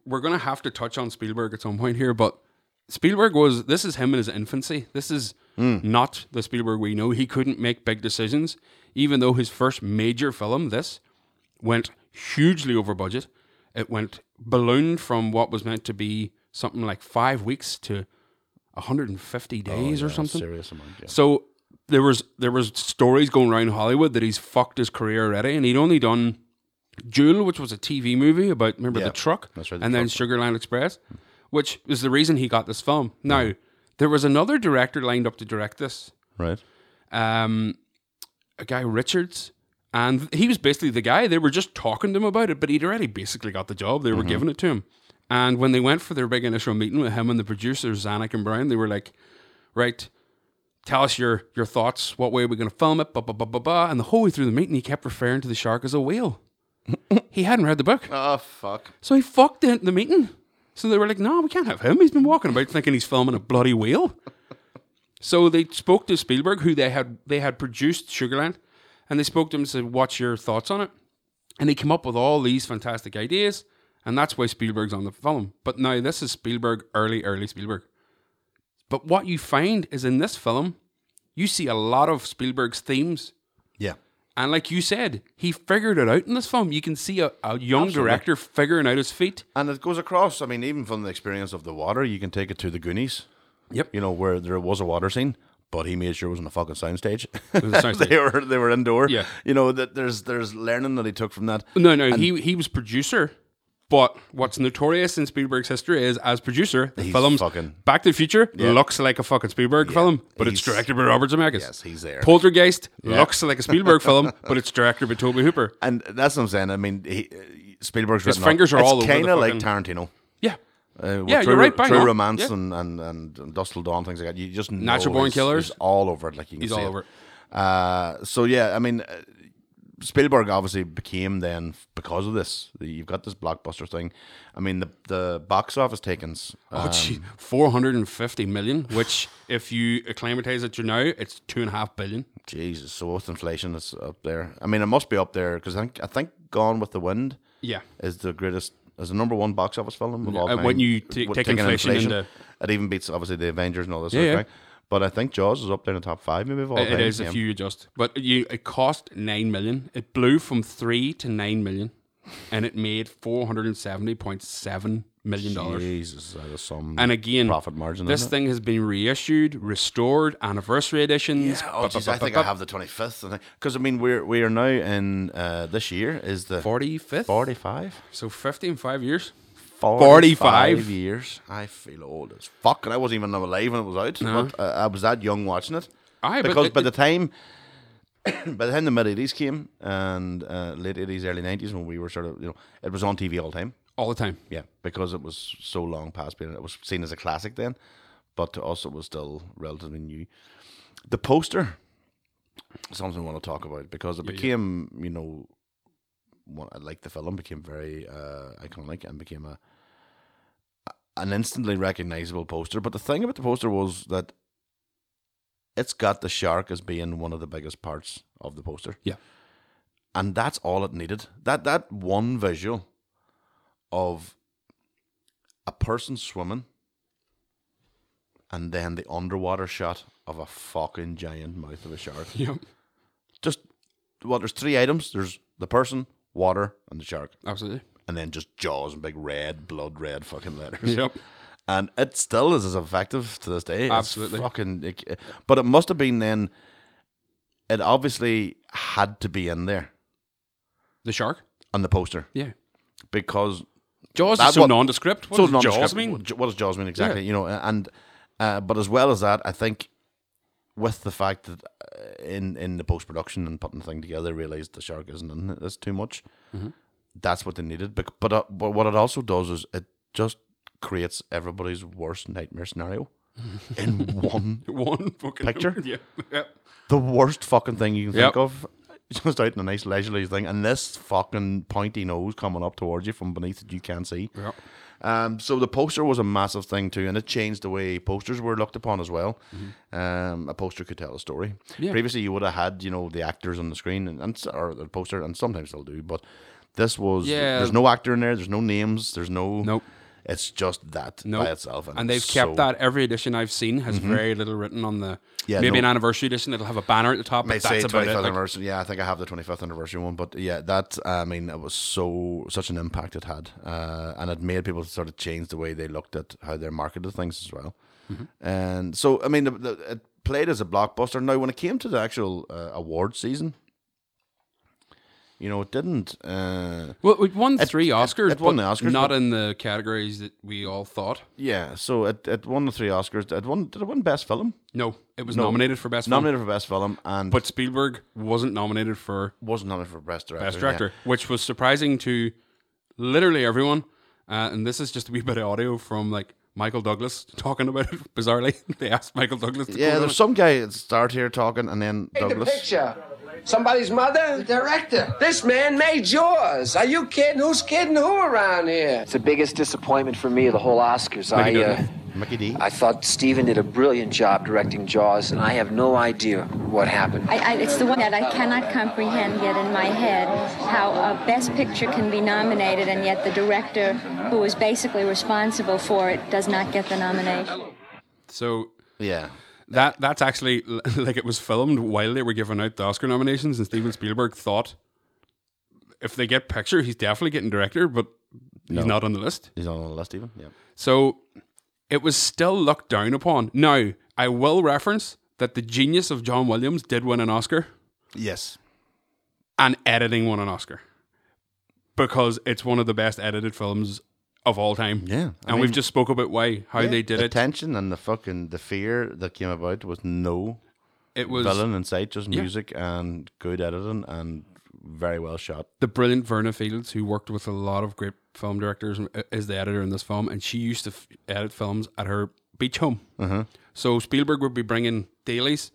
S3: we're gonna have to touch on Spielberg at some point here, but Spielberg was this is him in his infancy. This is
S7: Hmm.
S3: not the Spielberg we know. He couldn't make big decisions, even though his first major film, this, went hugely over budget. It went ballooned from what was meant to be something like five weeks to 150 days or something.
S7: Oh, Serious amount. Yeah.
S3: So there was there was stories going around Hollywood that he's fucked his career already, and he'd only done Jewel, which was a TV movie about remember
S7: Yeah,
S3: the truck,
S7: that's right, the
S3: and then
S7: truck.
S3: Sugarland Express, which is the reason he got this film. Now there was another director lined up to direct this,
S7: Right.
S3: um, a guy Richards, and he was basically the guy. They were just talking to him about it, but he'd already basically got the job. They
S7: Mm-hmm.
S3: were giving it to him. And when they went for their big initial meeting with him and the producers Zanuck and Brown, they were like, "Right, tell us your your thoughts. What way are we going to film it?" Blah blah blah blah blah. And the whole way through the meeting, he kept referring to the shark as a whale. *laughs* he hadn't read the book.
S7: Oh fuck.
S3: So he fucked the, the meeting. So they were like, no, we can't have him. He's been walking about thinking he's filming a bloody whale. so they spoke to Spielberg, who they had they had produced Sugarland, and they spoke to him and said, What's your thoughts on it? And he came up with all these fantastic ideas, and that's why Spielberg's on the film. But now this is Spielberg, early, early Spielberg. But what you find is in this film, you see a lot of Spielberg's themes.
S7: Yeah.
S3: And like you said, he figured it out in this film. You can see a, a young director figuring out his feet.
S7: And it goes across. I mean, even from the experience of the water, you can take it to the Goonies.
S3: Yep.
S7: You know where there was a water scene, but he made sure it wasn't a fucking soundstage.
S3: was a
S7: *laughs*
S3: soundstage.
S7: they were they were indoor.
S3: Yeah.
S7: You know that there's there's learning that he took from that.
S3: No, no, he he was producer. But what's notorious in Spielberg's history is, as producer, the
S7: He's
S3: films
S7: fucking-
S3: Back to the Future
S7: Yeah.
S3: looks like a fucking Spielberg film, um, but it's
S7: he's-
S3: directed by Robert Zemeckis.
S7: Yes, he's there.
S3: Poltergeist looks like a Spielberg film, but it's directed by Toby Hooper.
S7: And that's what I'm saying. I mean, he, Spielberg's
S3: His
S7: written
S3: fingers
S7: up.
S3: are all
S7: it's
S3: over the
S7: kind of like
S3: fucking-
S7: Tarantino.
S3: Yeah,
S7: Uh, with
S3: Yeah,
S7: True,
S3: you're right, bang
S7: True
S3: on.
S7: Romance
S3: Yeah.
S7: and, and, and, and Dust Till Dawn, things like that. You just know
S3: Natural Born
S7: he's-
S3: Killers.
S7: he's all over it. Like you can
S3: he's
S7: see
S3: all
S7: it.
S3: over. it.
S7: Uh, so yeah, I mean, uh, Spielberg obviously became then f- because of this. the- You've got this blockbuster thing. I mean, the the box office takings. uh,
S3: Oh, gee, four hundred and fifty million. Which, if you acclimatize it to now, it's two and a half billion.
S7: Jesus, so with inflation, it's up there. I mean, it must be up there because I think I think Gone with the Wind
S3: Yeah,
S7: is the greatest. Is the number one box office film of all
S3: uh,
S7: time.
S3: when you t-
S7: with
S3: take
S7: taking
S3: inflation into-
S7: it even beats obviously the Avengers and all this
S3: Yeah,
S7: sort
S3: yeah.
S7: of thing. But I think Jaws is up there in the top five, maybe of all
S3: It-
S7: time.
S3: it is
S7: Yeah.
S3: if you adjust, but you it cost nine million. It blew from three to nine million, and it made four hundred and seventy point seven million dollars.
S7: Jesus, that is some
S3: And again,
S7: profit margin.
S3: This
S7: isn't it?
S3: thing has been reissued, restored, anniversary editions.
S7: Yeah, oh,
S3: bup,
S7: geez,
S3: bup,
S7: I
S3: bup,
S7: think
S3: bup.
S7: I have the 25th. Because, I mean, we're, we are now in uh, this year is the
S3: 45th.
S7: 45?
S3: So fifty in five years. 45.
S7: years. I feel old as fuck. And I wasn't even alive when it was out.
S3: No.
S7: But, uh, I was that young watching it.
S3: Aye, but
S7: because
S3: it-
S7: by
S3: it-
S7: the time. *coughs* By the time the mid '80s came and uh, late '80s, early '90s, when we were sort of, you know, it was on TV all the time.
S3: All the time. *laughs*
S7: Yeah, because it was so long past being it was seen as a classic then, but to us it was still relatively new. The poster, something I want to talk about because it became you know, one, I like the film became very uh, iconic and became a an instantly recognizable poster. But the thing about the poster was that it's got the shark as being one of the biggest parts of the poster
S3: Yeah.
S7: and that's all it needed. That that one visual of a person swimming, and then the underwater shot of a fucking giant mouth of a shark.
S3: Yep.
S7: Just well, there's three items. There's the person, water, and the shark,
S3: Absolutely.
S7: and then just jaws and big red, blood red fucking letters.
S3: Yep.
S7: And it still is as effective to this day. It's
S3: Absolutely.
S7: fucking. it- but it must have been then. It obviously had to be in there
S3: The shark.
S7: on the poster
S3: Yeah.
S7: because
S3: Jaws
S7: That
S3: is so
S7: what-
S3: nondescript. What
S7: so
S3: does
S7: nondescript.
S3: Jaws mean?
S7: What- What does Jaws mean exactly? You know, and uh, but as well as that, I think with the fact that uh, in in the post production and putting the thing together, they realized the shark isn't in it. That's too much.
S3: Mm-hmm.
S7: That's what they needed. But but, uh, but what it also does is it just creates everybody's worst nightmare scenario in one
S3: *laughs* One fucking
S7: Picture?
S3: yeah. Yep.
S7: the worst fucking thing you can
S3: Yep.
S7: think of. *laughs* Just out in a nice leisurely thing, and this fucking pointy nose coming up towards you from beneath that you can't see.
S3: Yep.
S7: Um, so the poster was a massive thing too, and it changed the way posters were looked upon as well. Um, a poster could tell a story.
S3: Mm-hmm. Yeah.
S7: Previously, you would have had you know the actors on the screen and, and s- or the poster, and sometimes they'll do, but this was
S3: Yeah.
S7: there's no actor in there, there's no names, there's no
S3: Nope.
S7: It's just that
S3: Nope.
S7: by itself,
S3: And they've kept
S7: so- Mm-hmm.
S3: that. Every edition I've seen has very little written on the.
S7: Yeah,
S3: maybe
S7: no.
S3: an anniversary edition. It'll have a banner at the top.
S7: May
S3: But
S7: say
S3: that's about
S7: twenty
S3: it.
S7: fifth
S3: Like,
S7: anniversary. Yeah, I think I have the twenty fifth anniversary one, but yeah, that I mean, it was so such an impact it had, uh, and it made people sort of change the way they looked at how they marketed things as well.
S3: Mm-hmm.
S7: And so, I mean, the, the, it played as a blockbuster. Now, when it came to the actual uh, award season, You know, it didn't. Uh,
S3: Well, it won
S7: It-
S3: three
S7: it-
S3: Oscars,
S7: it won
S3: but
S7: the Oscars,
S3: not
S7: but-
S3: in the categories that we all thought.
S7: yeah, so it, it won the three Oscars. It won. Did it win Best Film?
S3: No, it was
S7: No.
S3: nominated for best film,
S7: Nominated for Best Film, and
S3: but Spielberg wasn't nominated for
S7: wasn't nominated for Best Director.
S3: best
S7: yeah.
S3: director, which was surprising to literally everyone. Uh, and this is just a wee bit of audio from like Michael Douglas talking about it. *laughs* Bizarrely, they asked Michael Douglas. To
S7: Yeah,
S3: comment
S7: there's
S3: on
S7: some guy that started here talking, and then Douglas.
S9: picture. Somebody's mother? The director. This man made yours. Are you kidding? Who's kidding who around here? It's the biggest disappointment for me of the whole Oscars. I,
S3: Douglas.
S9: uh,
S7: Mickey D.
S9: I thought Steven did a brilliant job directing Jaws, and I have no idea what happened.
S10: I, I, it's the one that I cannot comprehend yet in my head how a Best Picture can be nominated and yet the director who is basically responsible for it does not get the nomination.
S3: it. so
S7: Yeah.
S3: that that's actually *laughs* like it was filmed while they were giving out the Oscar nominations, and Steven Spielberg thought if they get picture, he's definitely getting director, but he's not on the list.
S7: He's on the list, even. Yeah.
S3: So it was still looked down upon. Now I will reference that the genius of John Williams did win an Oscar.
S7: Yes.
S3: and editing won an Oscar because it's one of the best edited films of all time.
S7: Yeah, I
S3: and we've
S7: mean-
S3: just spoke about why how they did
S7: the
S3: it.
S7: tension and the fucking the fear that came about was no
S3: It was
S7: villain in sight, just
S3: Yeah.
S7: music and good editing and very well shot.
S3: the brilliant Verna Fields who worked with a lot of great film directors uh, is the editor in this film, and she used to f- edit films at her beach home. So Spielberg would be bringing dailies,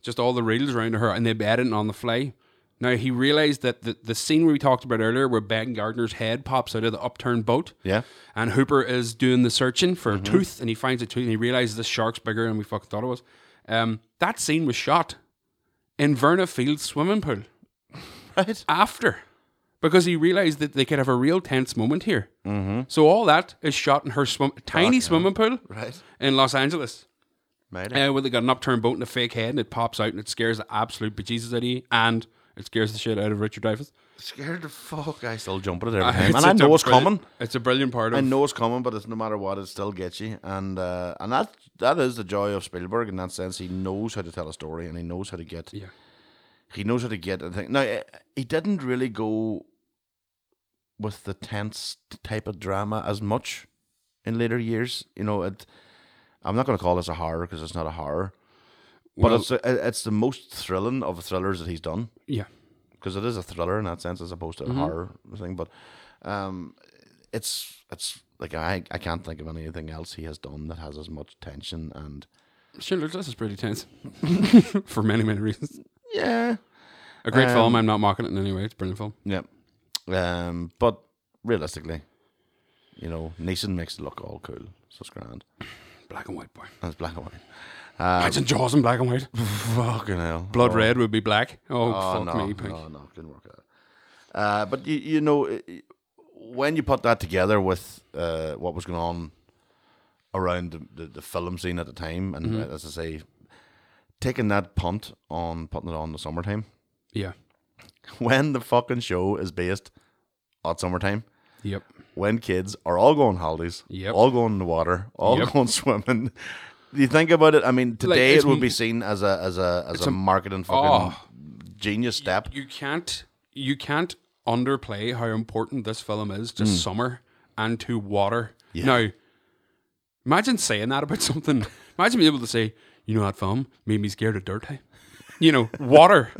S3: just all the reels around to her, and they'd be editing on the fly. Now he realized that the, the scene we talked about earlier, where Ben Gardner's head pops out of the upturned boat,
S7: Yeah.
S3: And Hooper is doing the searching for a tooth, and he finds a tooth, and he realizes the shark's bigger than we fucking thought it was. Um, that scene was shot in Verna Field's swimming pool
S7: Right.
S3: after, because he realized that they could have a real tense moment here. Mm-hmm. So all that is shot in her swim- tiny swimming pool
S7: Right.
S3: in Los Angeles.
S7: Made it.
S3: Uh, where they got an upturned boat and a fake head, and it pops out and it scares the absolute bejesus out of you, and it scares the shit out of Richard Dreyfuss. Uh,
S7: Scared the fuck. I still jump at it every time,
S3: *laughs*
S7: and
S3: It's
S7: I
S3: such a
S7: know it's
S3: brilliant-
S7: coming.
S3: It's a brilliant part of
S7: I know it's coming, but it's no matter what, it still gets you. And uh, and that that is the joy of Spielberg in that sense. He knows how to tell a story, and he knows how to get.
S3: Yeah.
S7: He knows how to get a thing. Now eh, he didn't really go with the tense type of drama as much in later years. You know, it. I'm not going to call this a horror because it's not a horror, but
S3: Well-
S7: it's a, it- it's the most thrilling of the thrillers that he's done
S3: Yeah.
S7: because it is a thriller in that sense as opposed to a horror thing. But um, it's it's like I I can't think of anything else he has done that has as much tension and
S3: Schindler's List is
S7: *laughs*
S3: pretty tense *laughs* for many, many reasons.
S7: yeah
S3: A great
S7: Um,
S3: film. I'm not mocking it in any way. It's a brilliant film.
S7: yeah. Um, but realistically, you know, Neeson makes it look all cool, so it's grand.
S3: Black and white, boy.
S7: That's black and white. Uh,
S3: Imagine Jaws in black and white.
S7: Fucking hell,
S3: Blood
S7: Oh.
S3: Red would be black. Oh,
S7: Oh,
S3: fuck
S7: no,
S3: me. Pink.
S7: no, no, didn't work out. Uh, but you, you know, i- i- when you put that together with uh, what was going on around the, the, the film scene at the time, and
S3: Mm-hmm.
S7: uh, as I say, taking that punt on putting it on the summertime, *laughs*
S3: Yeah.
S7: when the fucking show is based at summertime,
S3: Yep.
S7: when kids are all going holidays,
S3: Yep.
S7: all going in the water, all
S3: Yep.
S7: going *laughs* swimming. You think about it. I mean, today
S3: it's
S7: it would
S3: m-
S7: be seen as a as a as a, marketing fucking
S3: Oh.
S7: genius step.
S3: You can't. You can't underplay how important this film is to summer and to water. Now, imagine saying that about *laughs* something. Imagine being able to say, "You know that film made me scared of dirt." hey?" You know, water.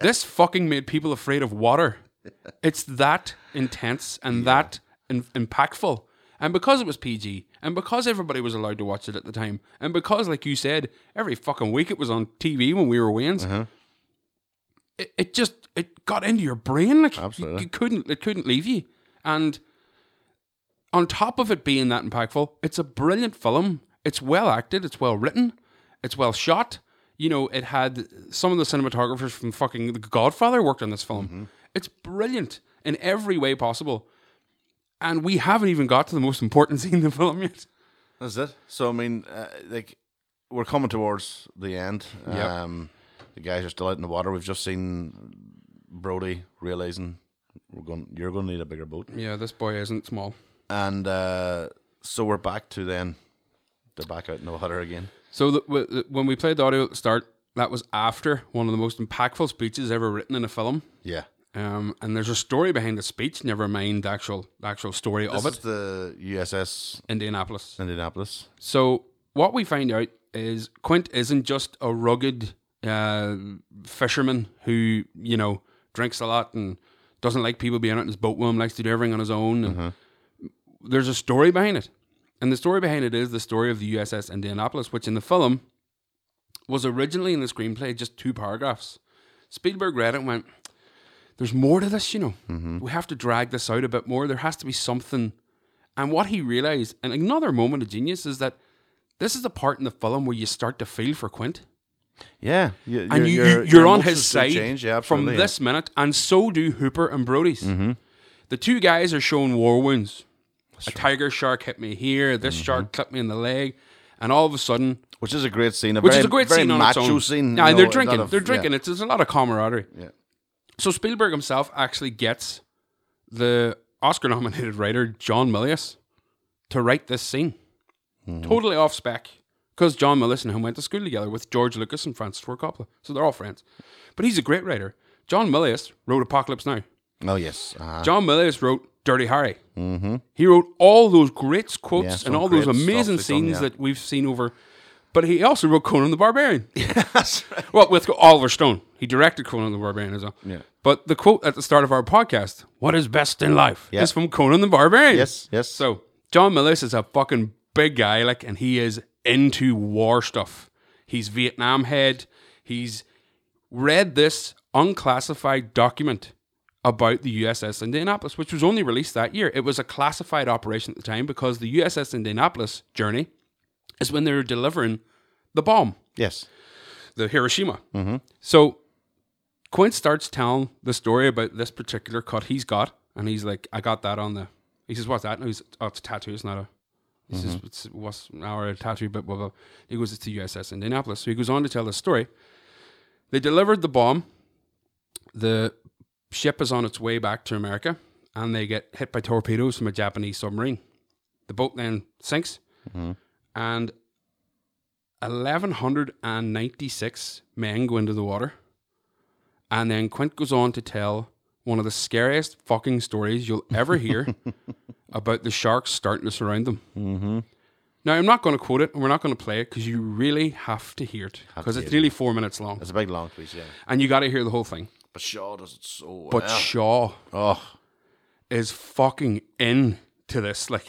S3: This fucking made people afraid of water. It's that intense and that in- impactful. And because it was PG, and because everybody was allowed to watch it at the time, and because, like you said, every fucking week it was on TV when we were Wayne's, it, it just it got into your brain. Like you-
S7: Absolutely.
S3: you couldn't it couldn't leave you. And on top of it being that impactful, it's a brilliant film. It's well acted. It's well written. It's well shot. You know, it had some of the cinematographers from fucking The Godfather worked on this film. It's brilliant in every way possible. And we haven't even got to the most important *laughs* scene in the film yet.
S7: That's it. So I mean, uh, like we're coming towards the end.
S3: Yep.
S7: Um, the guys are still out in the water. We've just seen Brody realizing we're going. You're going to need a bigger boat.
S3: Yeah, this boy isn't small.
S7: And uh, so we're back to then. They're back out in the water again.
S3: So the, w- the- when we played the audio at the start, that was after one of the most impactful speeches ever written in a film.
S7: Yeah.
S3: Um, and there's a story behind the speech. Never mind the actual the actual story
S7: This
S3: of it.
S7: is the USS
S3: Indianapolis.
S7: Indianapolis.
S3: So what we find out is Quint isn't just a rugged uh, fisherman who you know drinks a lot and doesn't like people being out in his boat with him, likes to do everything on his own. And There's a story behind it, and the story behind it is the story of the USS Indianapolis, which in the film was originally in the screenplay just two paragraphs. Spielberg read it and went, "There's more to this, you know. We have to drag this out a bit more. There has to be something." And what he realized, and another moment of genius, is that this is the part in the film where you start to feel for Quint,
S7: Yeah, you,
S3: and you, you, you're on his side from this minute, and so do Hooper and Brody's. The two guys are showing war wounds. a tiger shark hit me here. This shark clipped me in the leg, and all of a sudden,
S7: which is a great scene. A
S3: which
S7: very,
S3: is a great
S7: very
S3: scene on
S7: macho
S3: its own.
S7: scene.
S3: Yeah,
S7: you
S3: and
S7: know,
S3: they're
S7: a lot
S3: drinking.
S7: of-
S3: they're drinking.
S7: yeah.
S3: It's there's a lot of camaraderie.
S7: Yeah.
S3: So Spielberg himself actually gets the Oscar-nominated writer John Milius to write this scene,
S7: Hmm.
S3: totally off spec, because John Milius and him went to school together with George Lucas and Francis Ford Coppola, so they're all friends. But he's a great writer. John Milius wrote Apocalypse Now.
S7: Oh yes, uh,
S3: John Milius wrote Dirty Harry. He wrote all those great quotes
S7: Mm-hmm. Yeah,
S3: and
S7: some
S3: all those
S7: great stuff
S3: amazing
S7: they've done,
S3: scenes
S7: yeah.
S3: that we've seen over. But he also wrote Conan
S7: *laughs*
S3: the Barbarian. Well, with Oliver Stone, he directed Conan the Barbarian as well.
S7: Yeah.
S3: But the quote at the start of our podcast, "What is best in life,"
S7: Yeah.
S3: is from Conan the Barbarian.
S7: yes, yes.
S3: So John Millis is a fucking big guy, like, and he is into war stuff. He's Vietnam head. He's read this unclassified document about the USS Indianapolis, which was only released that year. It was a classified operation at the time because the USS Indianapolis journey is when they were delivering the bomb
S7: yes,
S3: the Hiroshima. So Quint starts telling the story about this particular cut he's got, and he's like, "I got that on the." He says, "What's that?" And he's, "Oh, it's a tattoo. It's not a." He says, "It's what's our tattoo?" But blah, blah blah. He goes, "It's the USS Indianapolis." So he goes on to tell the story. They delivered the bomb. The ship is on its way back to America, and they get hit by torpedoes from a Japanese submarine. The boat then sinks, Mm-hmm. and 1,196 men go into the water. And then Quint goes on to tell one of the scariest fucking stories you'll ever *laughs* hear about the sharks starting to surround them. Mm-hmm. Now, I'm not going to quote it and we're not going to play it because you really have to hear it because it's nearly four minutes long
S7: it's a big long piece. Yeah,
S3: and you got to hear the whole thing.
S7: but Shaw does it so
S3: But
S7: well.
S3: Shaw
S7: oh,
S3: is fucking in to this. Like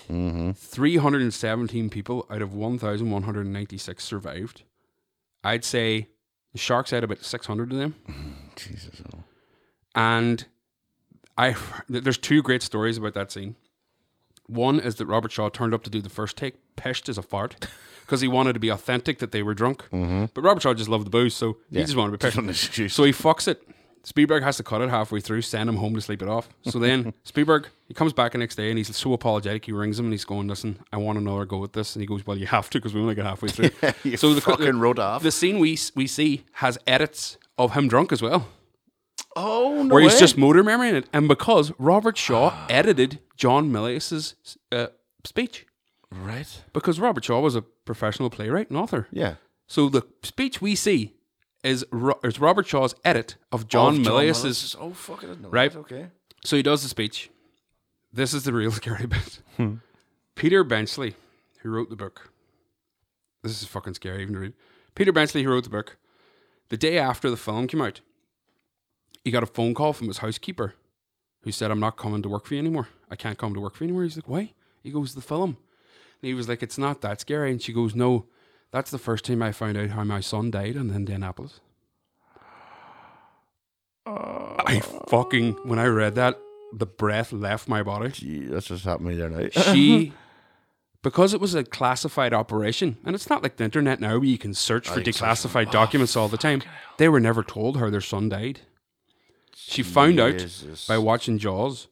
S3: 317 people out of 1,196 survived. I'd say the sharks had about 600 of them.
S7: *laughs* Jesus. oh.
S3: And I there's two great stories about that scene. One is that Robert Shaw turned up to do the first take, pished as a
S7: *laughs*
S3: fart, because he wanted to be authentic that they were drunk. But Robert Shaw just loved the booze, so he just wanted to
S7: Mm-hmm.
S3: be
S7: Just an
S3: pished.
S7: excuse.
S3: So he fucks it. Spielberg has to cut it halfway through, send him home to sleep it off.
S7: *laughs*
S3: So then Spielberg, he comes back the next day and he's so apologetic. He rings him and he's going, Listen, I want another go at this. And he goes, Well, you have to because we only get halfway through.
S7: *laughs* you
S3: cut-
S7: fucking wrote off.
S3: The scene we, s- we see has edits of him drunk as well
S7: oh no
S3: where
S7: way.
S3: he's just motor memorying it. And because Robert Shaw edited John Milius's uh, speech,
S7: right.
S3: because Robert Shaw was a professional playwright and author.
S7: Yeah,
S3: So the speech we see is, Ro- is Robert Shaw's edit of John
S7: Of Milius.
S3: Milius's
S7: Oh fuck, I didn't know
S3: Right.
S7: that. Okay.
S3: so he does the speech. This is the real *laughs* scary bit. Peter Benchley, who wrote the book, this is fucking scary even to read. Peter Benchley, who wrote the book, the day after the film came out, he got a phone call from his housekeeper who said, I'm not coming to work for you anymore. I can't come to work for you anymore. He's like, Why? He goes, The film. And he was like, It's not that scary. And she goes, No, that's the first time I found out how my son died in Indianapolis. I fucking when I read that, the breath left my body.
S7: Gee, that's just happened to me the other *laughs* night.
S3: She because it was a classified operation, and it's not like the internet now where you can search for declassified documents all the time. They were never told how their son died. She found out
S7: Jesus.
S3: by watching Jaws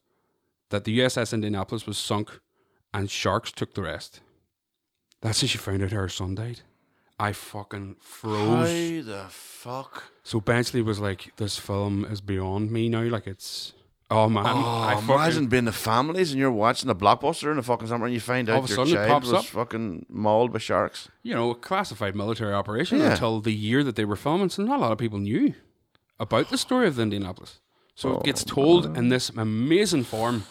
S3: that the USS Indianapolis was sunk and sharks took the rest. That's how she found out how her son died. I fucking
S7: How
S3: froze.
S7: the fuck?
S3: So Benchley was like, "This film is beyond me now. Like it's oh man,
S7: Oh,
S3: I
S7: imagine
S3: fucking
S7: being the families and you're watching a blockbuster in the fucking summer and you find out
S3: All of a
S7: your
S3: sudden it
S7: child
S3: pops
S7: was
S3: up.
S7: fucking mauled by sharks.
S3: you know a classified military operation
S7: Yeah.
S3: until the year that they were filming. So not a lot of people knew about the story of the Indianapolis. So it
S7: Oh,
S3: gets told in this amazing form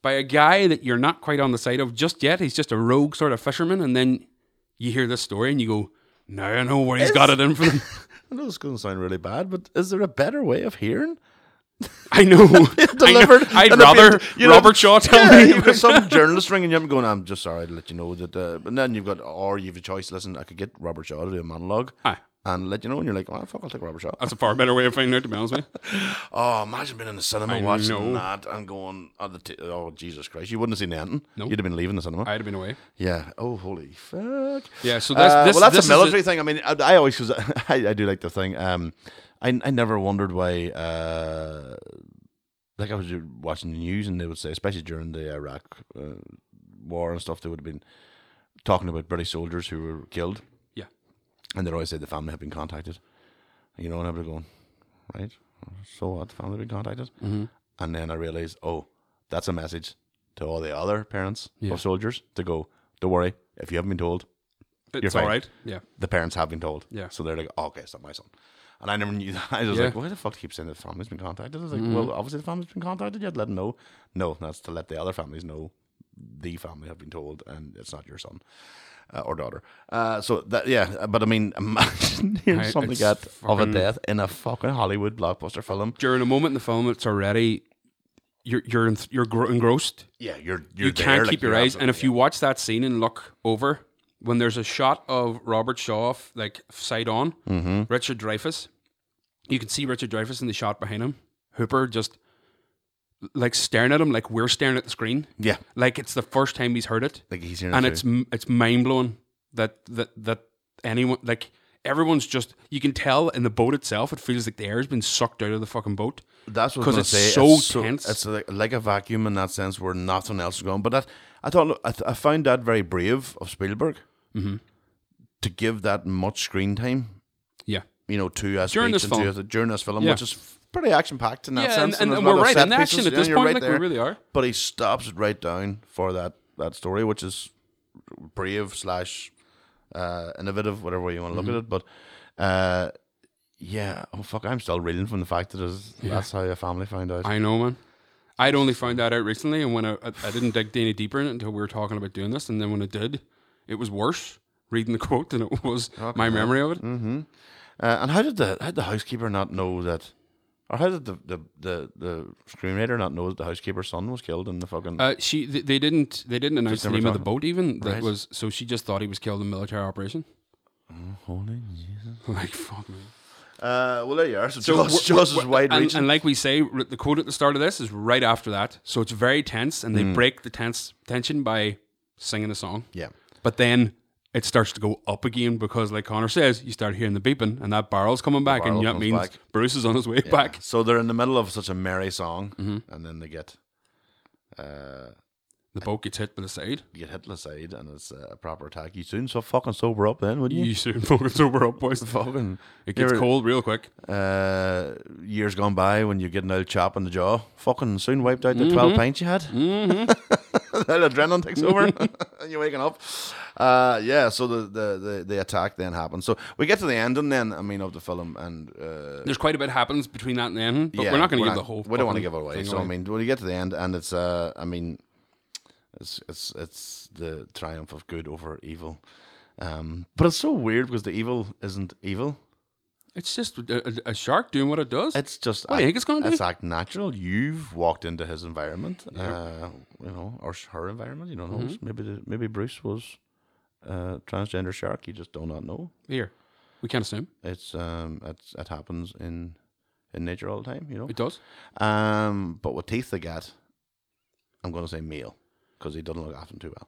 S3: by a guy that you're not quite on the side of just yet. He's just a rogue sort of fisherman, and then you hear this story and you go, "Now I know where he's got it in for
S7: *laughs*
S3: them."
S7: I know it's going to sound really bad, but is there a better way of hearing?
S3: *laughs*
S7: *laughs*
S3: I know.
S7: Delivered.
S3: I would
S7: than it being-
S3: rather Robert Shaw tell
S7: yeah,
S3: me.
S7: You've
S3: *laughs*
S7: got some journalist ringing you up and going, I'm just sorry to let you know that. Uh, and then you've got, or you've a choice. Listen, I could get Robert Shaw to do a monologue
S3: Aye. Uh,
S7: and let you know. And you're like, oh, fuck, I'll take Robert Shaw.
S3: That's a far better way of finding out, to be honest with you.
S7: Oh, imagine being in the cinema
S3: I
S7: watching
S3: know.
S7: that and going, oh, the t- oh, Jesus Christ. You wouldn't have seen anything.
S3: No.
S7: You'd have been leaving the cinema.
S3: I'd have been away.
S7: Yeah. Oh, holy fuck.
S3: Yeah, so that's-
S7: Uh,
S3: this-
S7: well, that's
S3: this is
S7: a military
S3: a-
S7: thing. I mean, I, I always because *laughs* I, I do like the thing. Um, I I never wondered why. Uh, like I was watching the news and they would say, especially during the Iraq uh, war and stuff, they would have been talking about British soldiers who were killed,
S3: Yeah.
S7: and they'd always say the family had been contacted. You know, and I'd be going, right? So what? The family had been contacted,
S3: Mm-hmm.
S7: and then I realized, oh, that's a message to all the other parents
S3: Yeah.
S7: of soldiers to go. Don't worry, if you haven't been told,
S3: But
S7: You're
S3: it's all
S7: fine.
S3: right. Yeah.
S7: the parents have been told.
S3: Yeah.
S7: So they're like, oh, okay, it's not my son. And I never knew that. *laughs* I was
S3: Yeah. Mm-hmm.
S7: like, why the fuck do you keep saying the family's been contacted? I was like, well, obviously the family's been contacted. You'd let them know. No, that's to let the other families know the family have been told and it's not your son uh, or daughter. Uh, so that, yeah, but I mean, *laughs* imagine hearing
S3: I-
S7: something
S3: it's
S7: get of a
S3: fucking-
S7: death in a fucking Hollywood blockbuster film.
S3: During a moment in the film, it's already you're you're in, you're gro- engrossed.
S7: Yeah, you're,
S3: you
S7: you're
S3: can't keep your eyes. And if you watch that scene and look over, when there's a shot of Robert Shaw, f- like side on,
S7: Mm-hmm.
S3: Richard Dreyfuss, you can see Richard Dreyfuss in the shot behind him. Hooper just like staring at him, like we're staring at the screen,
S7: Yeah.
S3: like it's the first time he's heard it,
S7: Like he's hearing
S3: and
S7: it
S3: it's m- it's mind blowing that that that anyone like. Everyone's just, you can tell in the boat itself, it feels like the air has been sucked out of the fucking boat.
S7: That's what I was
S3: 'Cause
S7: gonna
S3: it's
S7: say.
S3: so tense.
S7: It's like, like a vacuum in that sense where nothing else is going. But that, I thought look, I, th- I found that very brave of Spielberg
S3: Mm-hmm.
S7: to give that much screen time.
S3: Yeah.
S7: You know, to us
S3: During this film.
S7: during this film,
S3: Yeah.
S7: which is f- pretty action packed in that
S3: Yeah, and-
S7: sense.
S3: and-
S7: there's
S3: and
S7: a lot
S3: we're
S7: of
S3: right
S7: set
S3: in action
S7: pieces.
S3: at
S7: Yeah,
S3: this
S7: you're
S3: point, like, we really are.
S7: But he stops it right down for that that story, which is brave slash uh, innovative, whatever way you want to look
S3: Mm-hmm.
S7: at it. But uh, yeah, oh fuck, I'm still reeling from the fact that it was- that's how your family found out.
S3: I know, man. I'd only found that out recently, and when I, I, I didn't dig any deeper in it until we were talking about doing this, and then when I did, it was worse reading the *laughs* quote than it was my memory of it.
S7: Mm-hmm. Uh, and how did the how did the housekeeper not know that, or how did the the, the, the screenwriter not know that the housekeeper's son was killed in the fucking?
S3: Uh, she they, they didn't they didn't announce the
S7: never
S3: name of the
S7: talked
S3: boat even that
S7: Right.
S3: was so she just thought he was killed in military operation. *laughs*
S7: Holy
S3: Like fuck me.
S7: uh, well, there you are. So,
S3: So
S7: Jaws,
S3: we're-
S7: Jaws is
S3: we're-
S7: wide
S3: and,
S7: reaching.
S3: and like we say, r- the quote at the start of this is right after that, so it's very tense, and they break the tense tension by singing a song.
S7: Mm. yeah.
S3: But then it starts to go up again because, like Connor says, you start hearing the beeping and that barrel's coming back,
S7: barrel
S3: and that
S7: comes
S3: means
S7: back.
S3: Bruce is on his way
S7: Yeah.
S3: back.
S7: So they're in the middle of such a merry song, and then they get uh,
S3: The boat gets hit by the side.
S7: you get hit to the side, and it's uh, a proper attack. You soon so fucking sober up, then, wouldn't you?
S3: You soon fucking sober up, boys.
S7: fucking.
S3: It gets
S7: you're-
S3: cold real quick.
S7: Uh, years gone by when you get an old chop in the jaw, fucking soon wiped out the 12 pints you had. Mm-hmm. *laughs* that adrenaline takes over and *laughs* you're waking up. Uh, yeah, so the, the, the, the attack then happens. So we get to the ending then, I mean, of the film, and uh,
S3: There's quite a bit happens between that and then, but
S7: yeah,
S3: we're not going to give the whole.
S7: We don't want to
S3: fucking
S7: give it away.
S3: thing
S7: So I mean, when you get to the end, and it's uh, I mean, it's it's it's the triumph of good over evil. Um, but it's so weird because the evil isn't evil.
S3: it's just a, a- a shark doing what it does.
S7: It's just
S3: What do you think it's gonna do?
S7: It's act natural. You've walked into his environment, uh, you know, or sh- her environment. You don't know.
S3: Mm-hmm.
S7: Maybe the, maybe Bruce was uh, transgender shark. You just do not know.
S3: Here, we can't assume
S7: It's um, it's it happens in in nature all the time. You know.
S3: it does.
S7: Um, but with teeth they get, I'm going to say male because he doesn't look after them too well.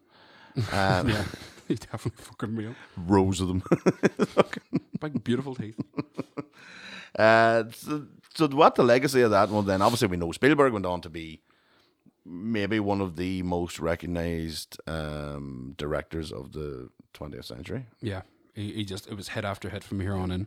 S7: Um,
S3: *laughs* He's definitely fucking real.
S7: Rows of them. *laughs*
S3: Big beautiful teeth.
S7: Uh, so, so what the legacy of that one then? Obviously, we know Spielberg went on to be maybe one of the most recognized um, directors of the 20th century.
S3: Yeah, he, he just it was hit after hit from here on in.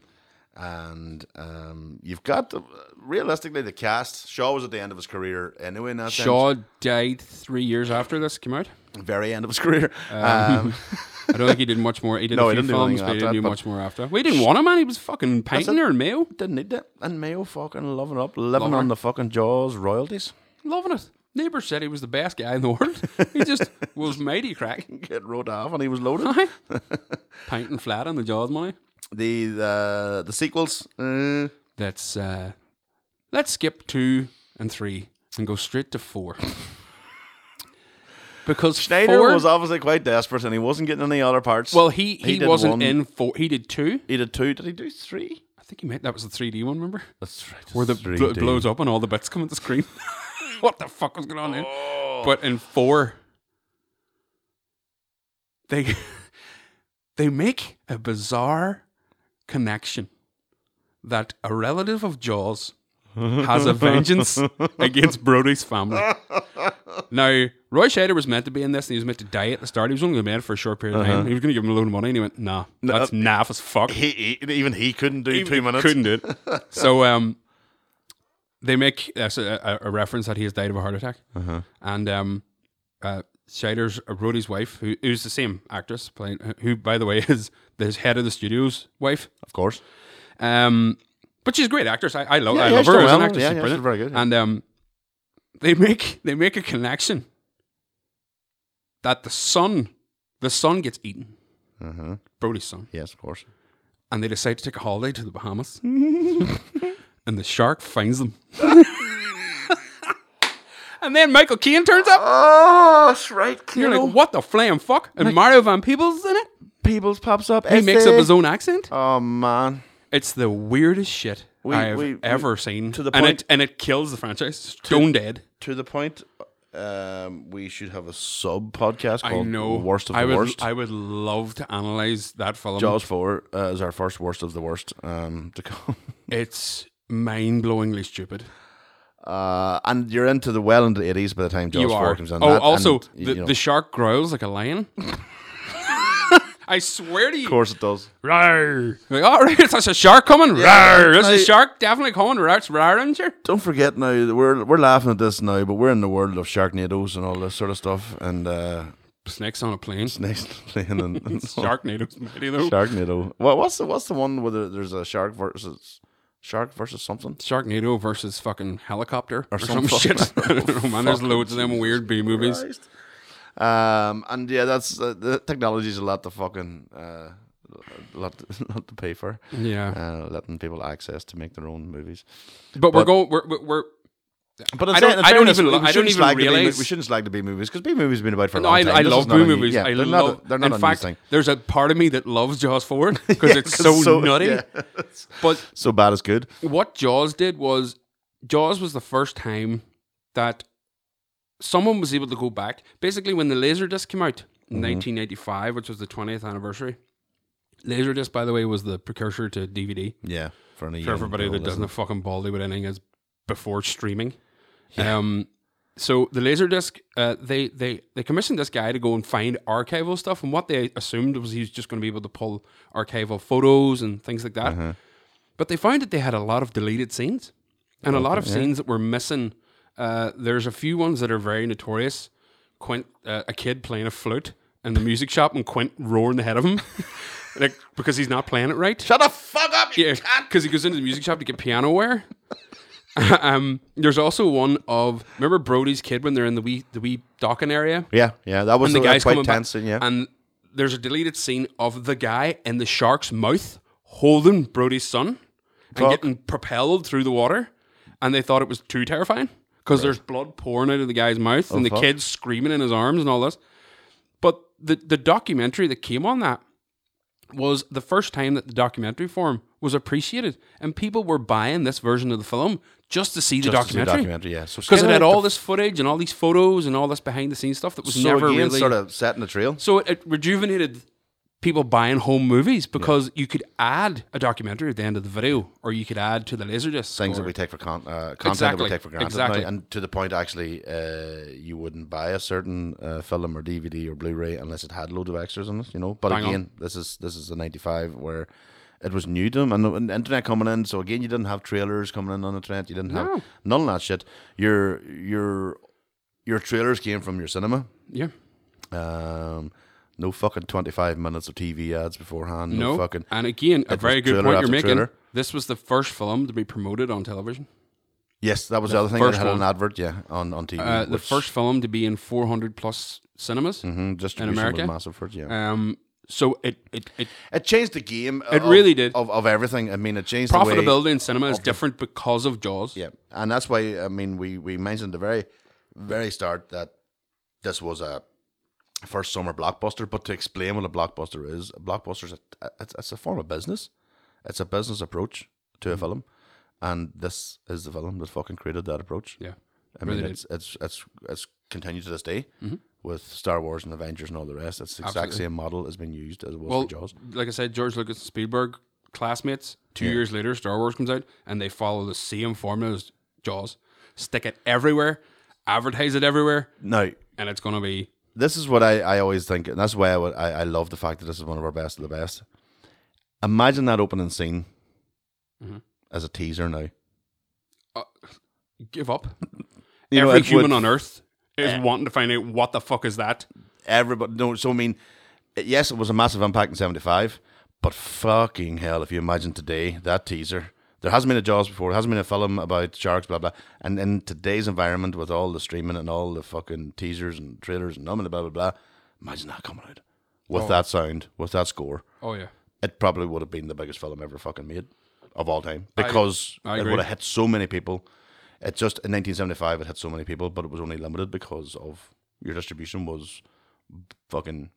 S7: And um, you've got the, realistically the cast. Shaw was at the end of his career anyway. In that sense.
S3: Shaw died three years after this came out.
S7: very end of his career.
S3: Um,
S7: Um,
S3: *laughs* I don't think he did much more. He did
S7: No,
S3: a
S7: he
S3: few
S7: didn't do anything
S3: films, but he
S7: after that,
S3: didn't do
S7: but-
S3: much more after. We didn't want him, man. He was fucking painting
S7: it.
S3: her in Mayo,
S7: didn't need that. And Mayo fucking loving up, living
S3: Lover.
S7: on the fucking Jaws royalties. *laughs*
S3: loving it. Neighbor said he was the best guy in the world.
S7: *laughs*
S3: He just was mighty crack,
S7: Get wrote off, and he was loaded. *laughs*
S3: Aye. painting flat on the Jaws money.
S7: the the the sequels. Uh,
S3: That's uh, let's skip two and three and go straight
S7: *laughs*
S3: to four. Because
S7: Schneider
S3: four,
S7: was obviously quite desperate, and he wasn't getting any other parts.
S3: well, he he,
S7: did
S3: wasn't
S7: one-
S3: in four. He did two.
S7: He did two. Did he do three?
S3: I think he meant that was the three D one. Remember?
S7: That's right.
S3: where the bl- it blows up and all the bits come at the screen. *laughs* what the fuck was going on there? But in four, they *laughs* they make a bizarre connection that a relative of Jaws has a vengeance against Brody's family. Now, Roy Scheider was meant to be in this, and he was meant to die at the start. He was only going to be in it for a short period of time. He was going to give him a load of money, and he went, "Nah, that's naff as fuck."
S7: He, he even he couldn't do
S3: He
S7: two minutes.
S3: Couldn't do
S7: *laughs*
S3: it. so um, they make uh, so a, a reference that he has died of a heart attack,
S7: Uh-huh.
S3: and um, uh, Scheider's uh, Rhodey's wife, who, who's the same actress playing, uh, who by the way *laughs* is the head of the studio's wife.
S7: Of course.
S3: Um, but she's a great actress. I, I love,
S7: Yeah,
S3: I
S7: yeah,
S3: love
S7: she's
S3: her
S7: done
S3: as an
S7: well.
S3: actress.
S7: Yeah,
S3: she's
S7: yeah,
S3: brilliant.
S7: she's very good, yeah.
S3: And um, they make they make a connection that the son, the son gets eaten,
S7: Uh-huh.
S3: Brody's son,
S7: Yes, of course.
S3: and they decide to take a holiday to the *laughs* Bahamas. and the shark finds them. *laughs* and then Michael Keane turns up.
S7: Oh, that's right.
S3: You're like, what the flam fuck? And Mario Van Peebles is in it.
S7: Peebles pops up.
S3: He makes up his own accent.
S7: Oh man.
S3: It's the weirdest shit
S7: We-
S3: I've
S7: we- we-
S3: ever seen.
S7: to the
S3: and
S7: point-
S3: it and it kills the franchise. Stone dead.
S7: To the point, um, we should have a sub podcast
S3: I
S7: called
S3: know.
S7: Worst of
S3: I
S7: the
S3: would,
S7: Worst.
S3: I would love to analyze that film.
S7: Jaws Four uh, is our first worst of the worst um, to come. *laughs*
S3: It's mind blowingly stupid.
S7: Uh, and you're into the well into the eighties by the time Jaws
S3: you
S7: Four
S3: are.
S7: comes in.
S3: oh,
S7: That
S3: also
S7: and, you
S3: the,
S7: know,
S3: the shark growls like a lion. *laughs* I swear to you.
S7: of course it does.
S3: Rawr. Like, all right, that's a shark coming. Rawr. That's
S7: I-
S3: a shark definitely coming. Rawr, it's rawr, sure.
S7: Don't forget now that we're we're laughing at this now, but we're in the world of Sharknadoes and all this sort of stuff. And uh, *laughs*
S3: Snakes on a plane.
S7: next playing and, and
S3: *laughs* Sharknado's mighty though.
S7: Sharknado. Well, what's the what's the one where there- there's a shark versus shark versus something?
S3: Sharknado versus fucking helicopter or,
S7: some
S3: some,
S7: fuck-
S3: *laughs* shit. I don't know, man. There's
S7: Fucking
S3: loads of them
S7: Jesus
S3: weird B movies.
S7: Christ. Um, and yeah, that's uh, the technology's a lot to fucking uh, a lot *laughs* to, lot to pay for.
S3: Yeah,
S7: Uh, letting people access to make their own movies.
S3: but, we're going. We're, we're, we're
S7: But
S3: I don't- I don't even lo- I don't even
S7: realize
S3: realize-
S7: we shouldn't slag the B movies because B movies have been about for a
S3: no,
S7: long
S3: I,
S7: time.
S3: I
S7: This
S3: love
S7: is not
S3: B
S7: a new-
S3: movies.
S7: yeah,
S3: I
S7: they're
S3: love.
S7: Not, they're not
S3: in
S7: a new
S3: fact,
S7: thing.
S3: there's a part of me that loves
S7: *laughs*
S3: Jaws Four because it's
S7: 'cause
S3: so,
S7: so-
S3: nutty.
S7: yeah.
S3: But
S7: So bad is good.
S3: what Jaws did was Jaws was the first time that someone was able to go back. Basically, when the Laserdisc came out in 1995, which was the 20th anniversary, Laserdisc, by the way, was the precursor to DVD.
S7: Yeah, for, an
S3: For everybody that doesn't have fucking baldy what anything is before streaming. Um, so the Laserdisc, uh, they they they commissioned this guy to go and find archival stuff, and what they assumed was he was just going to be able to pull archival photos and things like that. But they found that they had a lot of deleted scenes, and a lot of scenes that were missing. Uh, there's a few ones that are very notorious. Quint, uh, a kid playing a flute in the music shop, and Quint roaring the head of him, *laughs* like because he's not playing it right.
S7: Shut the fuck up! You
S3: Yeah, because he goes into the music shop to get piano wear. *laughs* um, there's also one of remember Brody's kid when they're in the wee the wee docking area,
S7: Yeah, yeah, that was
S3: and the guy's
S7: quite
S3: coming back,
S7: tense. and yeah,
S3: and there's a deleted scene of the guy in the shark's mouth holding Brody's son
S7: Fuck.
S3: and getting propelled through the water, and they thought it was too terrifying because there's blood pouring out of the guy's mouth and the
S7: Oh, fuck.
S3: kid's screaming in his arms and all this. But the the documentary that came on that was the first time that the documentary form was appreciated, and people were buying this version of the film just to see the
S7: Just to see the
S3: documentary.
S7: documentary, yeah. So
S3: because it
S7: sort of
S3: had
S7: like
S3: all
S7: the-
S3: this footage and all these photos and all this behind the scenes stuff that was
S7: so
S3: never
S7: again,
S3: really
S7: sort of setting the trail.
S3: so it, it rejuvenated people buying home movies because you could add a documentary at the end of the video, or you could add to the laserdisc
S7: Things
S3: or-
S7: that we take for con- uh, content that
S3: Exactly,
S7: we take for granted
S3: exactly.
S7: now, and to the point actually, uh, you wouldn't buy a certain uh, film or DVD or Blu-ray unless it had load of extras on it. You know, but
S3: Bang on.
S7: again, this is this is the '95 where it was new to them, and the, and the internet coming in. So again, you didn't have trailers coming in on the internet. You didn't
S3: No.
S7: have none of that shit. Your your your trailers came from your cinema.
S3: Yeah.
S7: Um, no fucking twenty five minutes of TV ads beforehand. No,
S3: No.
S7: fucking.
S3: and again, a
S7: it
S3: very
S7: was
S3: good
S7: trailer
S3: point you're
S7: after
S3: making.
S7: trailer. Mm,
S3: This was the first film to be promoted on television.
S7: Yes, that was the,
S3: The
S7: other thing. It
S3: first
S7: had
S3: one.
S7: an advert, yeah, on on TV.
S3: Uh, the
S7: which-
S3: first film to be in 400 plus cinemas
S7: Mhm,
S3: in
S7: distribution
S3: America.
S7: was massive for it. Yeah,
S3: Um, so it it, it
S7: it changed the game.
S3: It
S7: of-
S3: really did.
S7: of, of everything. I mean, it changed the way-
S3: profitability in cinema is different because of Jaws.
S7: Yeah, and that's why I mean we we mentioned at the very very start that this was a first summer blockbuster. But to explain what a blockbuster is, a blockbuster is a, it's, it's a form of business. It's a business approach to
S3: Mm-hmm.
S7: a film, and this is the film that fucking created that approach.
S3: Yeah.
S7: I
S3: Really
S7: mean
S3: did. Mm-hmm.
S7: it's it's it's it's continued to this day with Star Wars and Avengers and all the rest. It's the exact
S3: Absolutely.
S7: same model has been used as it was
S3: Well,
S7: for Jaws.
S3: like I said, George Lucas and Spielberg classmates. Two
S7: Yeah.
S3: years later, Star Wars comes out, and they follow the same formula as Jaws. Stick it everywhere, advertise it everywhere,
S7: Now
S3: and it's gonna be
S7: this is what I, I always think, and that's why I, would, I I love the fact that this is one of our best of the best. Imagine that opening scene as a teaser now.
S3: uh, give up.
S7: *laughs* You know,
S3: Every
S7: it
S3: human
S7: would-
S3: on Earth is wanting to find out what the fuck is that.
S7: Everybody, no, so I mean, yes, it was a massive impact in '75, but fucking hell, if you imagine today that teaser, there hasn't been a Jaws before, there hasn't been a film about sharks, blah blah, and in today's environment with all the streaming and all the fucking teasers and trailers and blah blah blah, blah imagine that coming out with that sound, with that score.
S3: Oh yeah,
S7: it probably would have been the biggest film ever fucking made of all time because
S3: I
S7: it
S3: agree.
S7: would have hit so many people. It just in 1975 it hit so many people, but it was only limited because of your distribution was fucking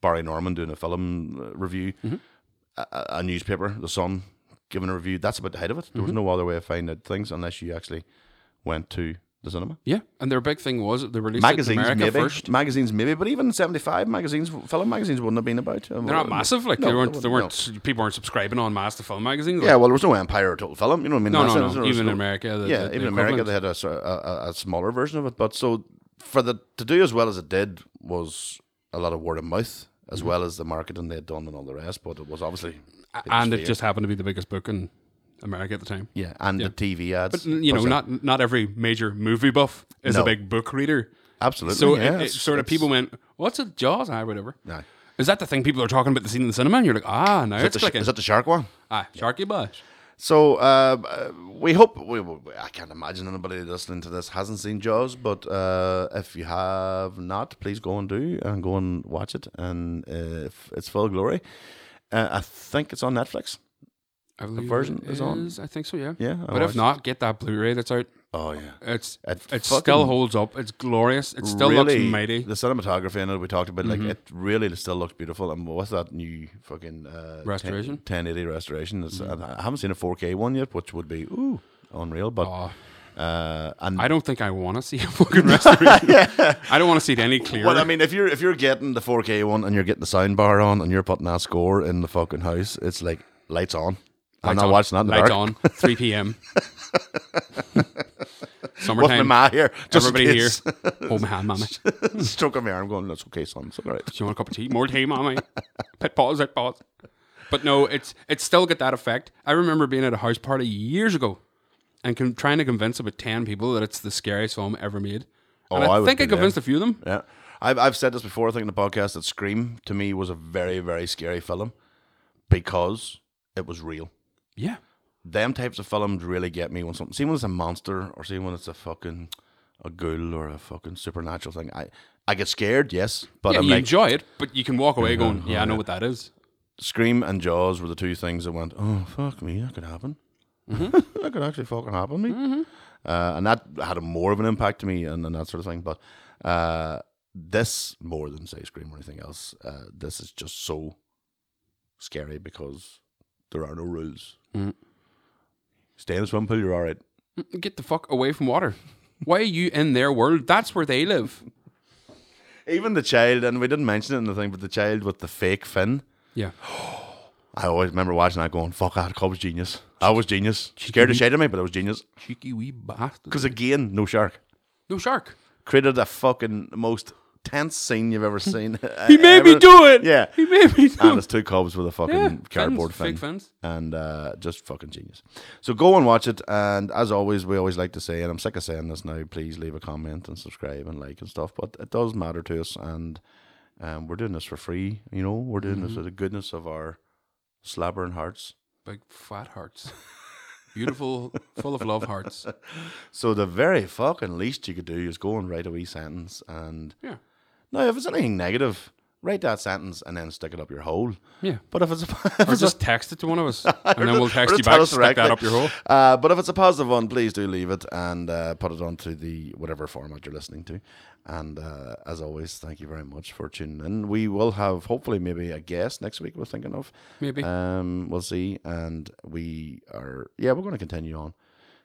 S7: Barry Norman doing a film uh, review,
S3: Mm-hmm.
S7: a- a, a newspaper, The Sun giving a review. That's about the height of it. There
S3: Mm-hmm.
S7: was no other way of finding out things unless you actually went to the cinema.
S3: yeah. And their big thing was they released it in
S7: Magazines
S3: America
S7: maybe,
S3: first.
S7: magazines maybe, but even in '75 magazines, film magazines wouldn't have been about. They're
S3: They're not massive. Like they weren't. They
S7: No.
S3: weren't. People weren't subscribing on mass to film magazines.
S7: Yeah, well, there was no Empire or Total Film. You know what I mean?
S3: No,
S7: That's
S3: no,
S7: it.
S3: no.
S7: There was
S3: Even in America, the-
S7: yeah,
S3: the- the
S7: even in America,
S3: equivalent.
S7: they had a, sor- a a- a smaller version of it. But so for the to do as well as it did was a lot of word of mouth as
S3: Mm-hmm.
S7: well as the marketing they had done and all the rest. But it was obviously
S3: and it
S7: Sphere.
S3: just happened to be the biggest book in America at the time.
S7: yeah, and the TV ads.
S3: N- You know,
S7: But-
S3: not not every major movie buff is
S7: No.
S3: a big book reader.
S7: absolutely.
S3: So
S7: yeah,
S3: it, it
S7: it's-
S3: sort of
S7: it's-
S3: people went, "What's a Jaws?" I whatever.
S7: Aye.
S3: Is that the thing people are talking about the scene in the cinema? And you're like, "Ah, now
S7: Is that,
S3: it's
S7: the, sh-
S3: clicking."
S7: is that the shark one?
S3: ah, Sharky Bash.
S7: So uh, uh, we hope we, we- I can't imagine anybody listening to this hasn't seen Jaws, but uh, if you have not, please go and do and go and watch it. And uh, if it's full glory. Uh, I think it's on Netflix.
S3: I believe it
S7: version is on.
S3: I think so. Yeah.
S7: Yeah, oh, I
S3: but if
S7: watched
S3: not, get that Blu-ray that's out.
S7: Oh yeah,
S3: It's
S7: It
S3: it,
S7: fucking-
S3: still holds up. It's glorious. It still looks mighty. Mm-hmm.
S7: The cinematography in it we talked about, like it really still looks beautiful. And what's that new fucking uh,
S3: Restoration? Mm-hmm.
S7: 10, 1080 restoration? It's, I haven't seen a 4K one yet, which would be ooh unreal. But uh, and
S3: Oh. I don't think I want to see a *laughs* fucking restoration.
S7: *laughs*
S3: I don't want to see it any clearer.
S7: Well, I mean, if you're if you're getting the 4K one and you're getting the sound bar on and you're putting that score in the fucking house, it's like lights on. I'm
S3: Lights
S7: not
S3: on.
S7: watching that. In the
S3: Lights
S7: dark. *laughs*
S3: on. 3 p.m.
S7: What's my
S3: Summertime.
S7: ma here? Just in
S3: Everybody here.
S7: case. *laughs*
S3: Hold my hand, mama. Do
S7: Stroking my arm, going, "That's okay, son. It's all right."
S3: you want a cup of tea? More tea, mommy. Pit paws, pit paws. But no, it's it's still got that effect. I remember being at a house party years ago and con- trying to convince about 10 people that it's the scariest film ever made.
S7: Oh,
S3: and I,
S7: I would
S3: think
S7: be
S3: I convinced
S7: there.
S3: a few of them.
S7: Yeah. I've, I've said this before, I think, in the podcast that Scream to me was a very, very scary film because it was real.
S3: Yeah.
S7: Them types of films really get me when something, see when it's a monster or see when it's a fucking a ghoul or a fucking supernatural thing. I, I get scared, yes, but
S3: yeah
S7: I'm
S3: you
S7: like, Uh-huh,
S3: enjoy it, but you can walk away going, yeah, I know what that is.
S7: Scream and Jaws were the two things that went, oh, fuck me, that could happen. *laughs* that could actually fucking happen to me. Uh, and that had a more of an impact to me and, and that sort of thing. But uh, this, more than, say, Scream or anything else, uh, this is just so scary because there are no rules. Stay in the swim pool, you're all right.
S3: Get the fuck away from water. Why are you in their world? That's where they live.
S7: Even the child, and we didn't mention it in the thing, but the child with the fake fin. *gasps*
S3: Yeah.
S7: I always remember watching that going, fuck, that cub was genius. I was genius. Scared the shit out of me, but I was genius.
S3: Cheeky wee bastard.
S7: Because again, no shark.
S3: No shark.
S7: created the fucking most tense scene you've
S3: *laughs*
S7: ever seen. uh,
S3: He made me
S7: Ever.
S3: do it!
S7: Yeah,
S3: He made me do
S7: and
S3: it.
S7: it's two cubs with a fucking
S3: Yeah,
S7: cardboard
S3: fence,
S7: thing,
S3: fake fence.
S7: and uh, just fucking genius. So go and watch it. And as always, we always like to say, and I'm sick of saying this now. Please leave a comment and subscribe and like and stuff. But it does matter to us, and um, we're doing this for free. You know, we're doing
S3: Mm-hmm.
S7: this with the goodness of our slabbering hearts.
S3: Big fat hearts. Beautiful, full of love
S7: *laughs*
S3: hearts.
S7: So the very fucking least you could do is go and write a wee sentence. And *laughs*
S3: Yeah.
S7: now, if it's anything negative, write that sentence and then stick it up your hole.
S3: Yeah.
S7: But if it's a, *laughs* if
S3: *laughs* Or
S7: it's a-
S3: just text it to one
S7: *laughs*
S3: of us, and then
S7: Or
S3: we'll
S7: just-
S3: text
S7: or
S3: you
S7: just tell
S3: back.
S7: us
S3: Stick that
S7: directly.
S3: up your
S7: *laughs*
S3: hole.
S7: Uh, but if it's a positive one, please do leave it and uh, put it onto the whatever format you're listening to. And uh, as always, thank you very much for tuning in. We will have hopefully maybe a guest next week. We're thinking of
S3: Maybe.
S7: Um, we'll see. And we are yeah, we're going to continue on,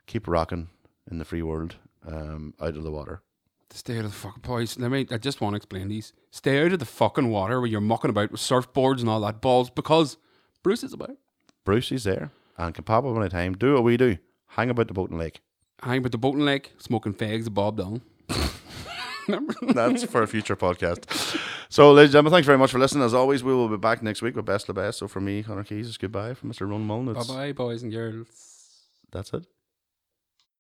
S7: keep rocking in the free world, um, out of the water.
S3: Stay out of the fucking boys. Let me. I just want to explain these. Stay out of the fucking water where you're mucking about with surfboards and all that balls because Bruce is about.
S7: Bruce is there and can pop up any time. Do what we do. Hang about the boat and lake.
S3: Hang about the boat and lake, smoking fags of Bob Dylan. Remember?
S7: That's for a future podcast. So, ladies and gentlemen, thanks very much for listening. As always, we will be back next week with Best of Best. So, for me, Connor Keys, it's goodbye. For Mr. Ron Mullen,
S3: Bye
S7: it's,
S3: bye, boys and girls.
S7: that's it.